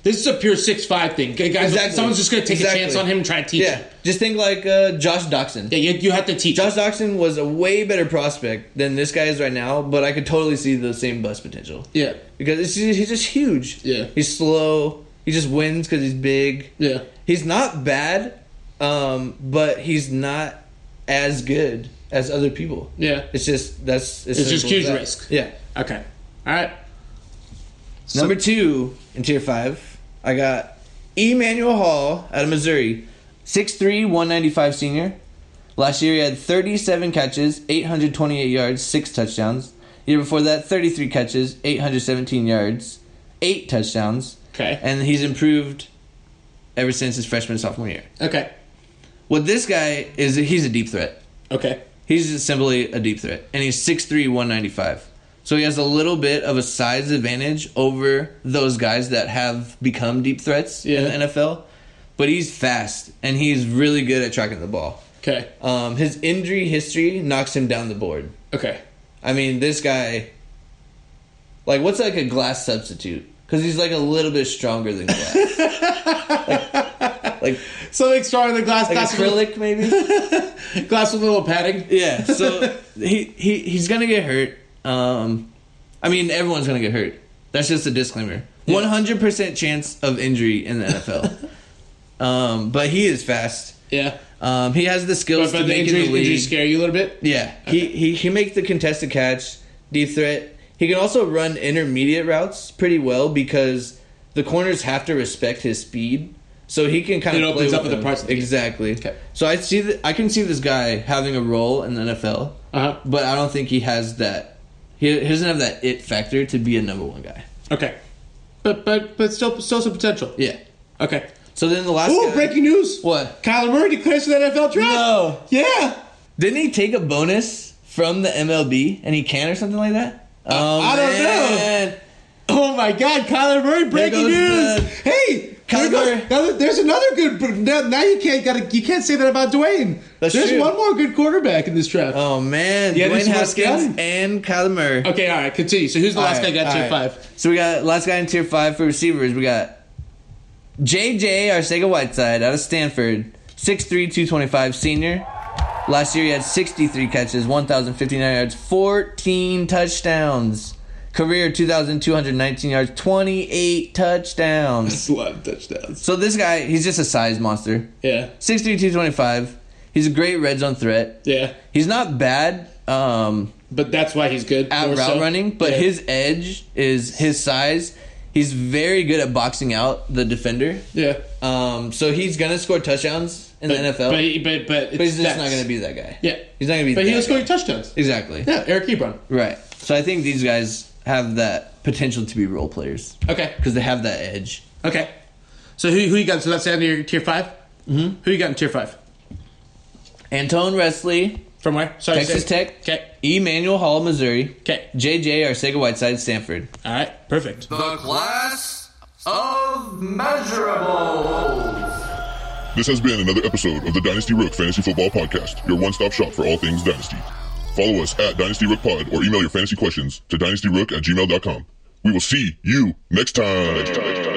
[SPEAKER 3] This is a pure six five thing. Okay, Guys,
[SPEAKER 5] Exactly.
[SPEAKER 3] someone's just gonna take
[SPEAKER 5] Exactly.
[SPEAKER 3] a chance on him and try to teach
[SPEAKER 5] Yeah,
[SPEAKER 3] him.
[SPEAKER 5] just think like uh, Josh Doxson.
[SPEAKER 3] Yeah, you, you have to teach.
[SPEAKER 5] Josh Doxson was a way better prospect than this guy is right now, but I could totally see the same bust potential.
[SPEAKER 3] yeah,
[SPEAKER 5] Because it's, he's just huge.
[SPEAKER 3] Yeah.
[SPEAKER 5] He's slow. He just wins because he's big.
[SPEAKER 3] yeah.
[SPEAKER 5] He's not bad, um, but he's not as good as other people.
[SPEAKER 3] Yeah.
[SPEAKER 5] It's just, that's.
[SPEAKER 3] It's just
[SPEAKER 5] simple as
[SPEAKER 3] huge
[SPEAKER 5] that.
[SPEAKER 3] risk.
[SPEAKER 5] Yeah.
[SPEAKER 3] Okay. All right.
[SPEAKER 5] Number two in tier five, I got Emmanuel Hall out of Missouri, 6'3, 195 senior. Last year he had 37 catches, 828 yards, 6 touchdowns. Year before that, 33 catches, 817 yards, 8 touchdowns.
[SPEAKER 3] Okay.
[SPEAKER 5] And he's improved ever since his freshman and sophomore year.
[SPEAKER 3] Okay.
[SPEAKER 5] What this guy is, he's a deep threat.
[SPEAKER 3] Okay.
[SPEAKER 5] He's just simply a deep threat, and he's 6'3", 195. So he has a little bit of a size advantage over those guys that have become deep threats
[SPEAKER 3] Yeah.
[SPEAKER 5] in the NFL. But he's fast, and he's really good at tracking the ball.
[SPEAKER 3] Okay.
[SPEAKER 5] Um, his injury history knocks him down the board.
[SPEAKER 3] Okay.
[SPEAKER 5] I mean, this guy, like, what's like a glass substitute? Because he's like a little bit stronger than glass, like, like,
[SPEAKER 3] Something stronger than glass.
[SPEAKER 5] like
[SPEAKER 3] glass, with,
[SPEAKER 5] acrylic, maybe.
[SPEAKER 3] little- glass with a little padding.
[SPEAKER 5] Yeah, so he, he he's gonna get hurt. Um, I mean, everyone's gonna get hurt. That's just a disclaimer. One hundred percent chance of injury in the (laughs) NFL. um, but he is fast.
[SPEAKER 3] Yeah.
[SPEAKER 5] Um, he has the skills
[SPEAKER 3] But, but
[SPEAKER 5] to
[SPEAKER 3] the
[SPEAKER 5] make it
[SPEAKER 3] injuries,
[SPEAKER 5] in the league.
[SPEAKER 3] injuries scare you a little bit.
[SPEAKER 5] Yeah, he, he he makes the contested catch, deep threat. He can also run intermediate routes pretty well because the corners have to respect his speed, so he can kind
[SPEAKER 3] It
[SPEAKER 5] of play
[SPEAKER 3] opens up
[SPEAKER 5] with
[SPEAKER 3] other
[SPEAKER 5] them.
[SPEAKER 3] parts of the game.
[SPEAKER 5] exactly. So I see that I can see this guy having a role in the NFL,
[SPEAKER 3] Uh-huh.
[SPEAKER 5] but I don't think he has that. He, he doesn't have that it factor to be a number one guy.
[SPEAKER 3] Okay. But but but still still some potential.
[SPEAKER 5] Yeah.
[SPEAKER 3] Okay.
[SPEAKER 5] So then the last
[SPEAKER 3] Ooh,
[SPEAKER 5] guy-
[SPEAKER 3] breaking news!
[SPEAKER 5] What?
[SPEAKER 3] Kyler Murray declares for the NFL draft.
[SPEAKER 5] No.
[SPEAKER 3] Yeah.
[SPEAKER 5] Didn't he take a bonus from the MLB and he can or something like that? Oh,
[SPEAKER 3] I don't know.
[SPEAKER 5] man.
[SPEAKER 3] Oh my God, Kyler Murray breaking
[SPEAKER 5] goes
[SPEAKER 3] news!
[SPEAKER 5] the-
[SPEAKER 3] hey, there
[SPEAKER 5] Kyler
[SPEAKER 3] goes-
[SPEAKER 5] Murray.
[SPEAKER 3] now there's another good. Now, now you can't got you can't say that about Dwayne.
[SPEAKER 5] That's
[SPEAKER 3] there's
[SPEAKER 5] true.
[SPEAKER 3] one more good quarterback in this draft.
[SPEAKER 5] Oh man,
[SPEAKER 3] Yeah, this
[SPEAKER 5] Dwayne
[SPEAKER 3] is what's
[SPEAKER 5] Haskins
[SPEAKER 3] good.
[SPEAKER 5] and Kyler Murray.
[SPEAKER 3] okay, all right, continue. So who's the last guy got tier five?
[SPEAKER 5] So we got last guy in tier five for receivers. We got JJ Arcega Whiteside out of Stanford, 6'3", 225 senior. Last year he had sixty three catches, one thousand fifty nine yards, fourteen touchdowns. Career two thousand two hundred nineteen yards, twenty eight touchdowns.
[SPEAKER 3] That's a lot of touchdowns.
[SPEAKER 5] So this guy, he's just a size monster.
[SPEAKER 3] Yeah,
[SPEAKER 5] 6'3", 225. He's a great red zone threat.
[SPEAKER 3] yeah,
[SPEAKER 5] He's not bad. Um,
[SPEAKER 3] but that's why he's good
[SPEAKER 5] at
[SPEAKER 3] more
[SPEAKER 5] route
[SPEAKER 3] so.
[SPEAKER 5] running, but
[SPEAKER 3] Yeah.
[SPEAKER 5] his edge is his size. He's very good at boxing out the defender.
[SPEAKER 3] yeah.
[SPEAKER 5] Um, so he's gonna score touchdowns in the NFL,
[SPEAKER 3] but
[SPEAKER 5] but,
[SPEAKER 3] he- but but, it's
[SPEAKER 5] he's just
[SPEAKER 3] stats.
[SPEAKER 5] not gonna be that guy.
[SPEAKER 3] Yeah,
[SPEAKER 5] he's not gonna be.
[SPEAKER 3] but
[SPEAKER 5] that
[SPEAKER 3] he'll score
[SPEAKER 5] guy.
[SPEAKER 3] your touchdowns.
[SPEAKER 5] exactly
[SPEAKER 3] Yeah, Eric Ebron.
[SPEAKER 5] right. So I think these guys have that potential to be role players
[SPEAKER 3] Okay,
[SPEAKER 5] because they have that edge.
[SPEAKER 3] okay. So who who you got? So that's out of your tier 5 Mm-hmm. Who you got in tier five?
[SPEAKER 5] Antone Wesley,
[SPEAKER 3] From where? Sorry,
[SPEAKER 5] Texas
[SPEAKER 3] say-
[SPEAKER 5] Tech,
[SPEAKER 3] Okay.
[SPEAKER 5] Emmanuel Hall, Missouri,
[SPEAKER 3] Okay.
[SPEAKER 5] JJ Arcega Whiteside, Stanford.
[SPEAKER 3] All right. Perfect.
[SPEAKER 2] The class
[SPEAKER 4] of measurables.
[SPEAKER 6] This has been another episode of the Dynasty Rook Fantasy Football Podcast, your one stop shop for all things Dynasty. Follow us at Dynasty Rook Pod or email your fantasy questions to dynastyrook at gmail.com. We will see you next time.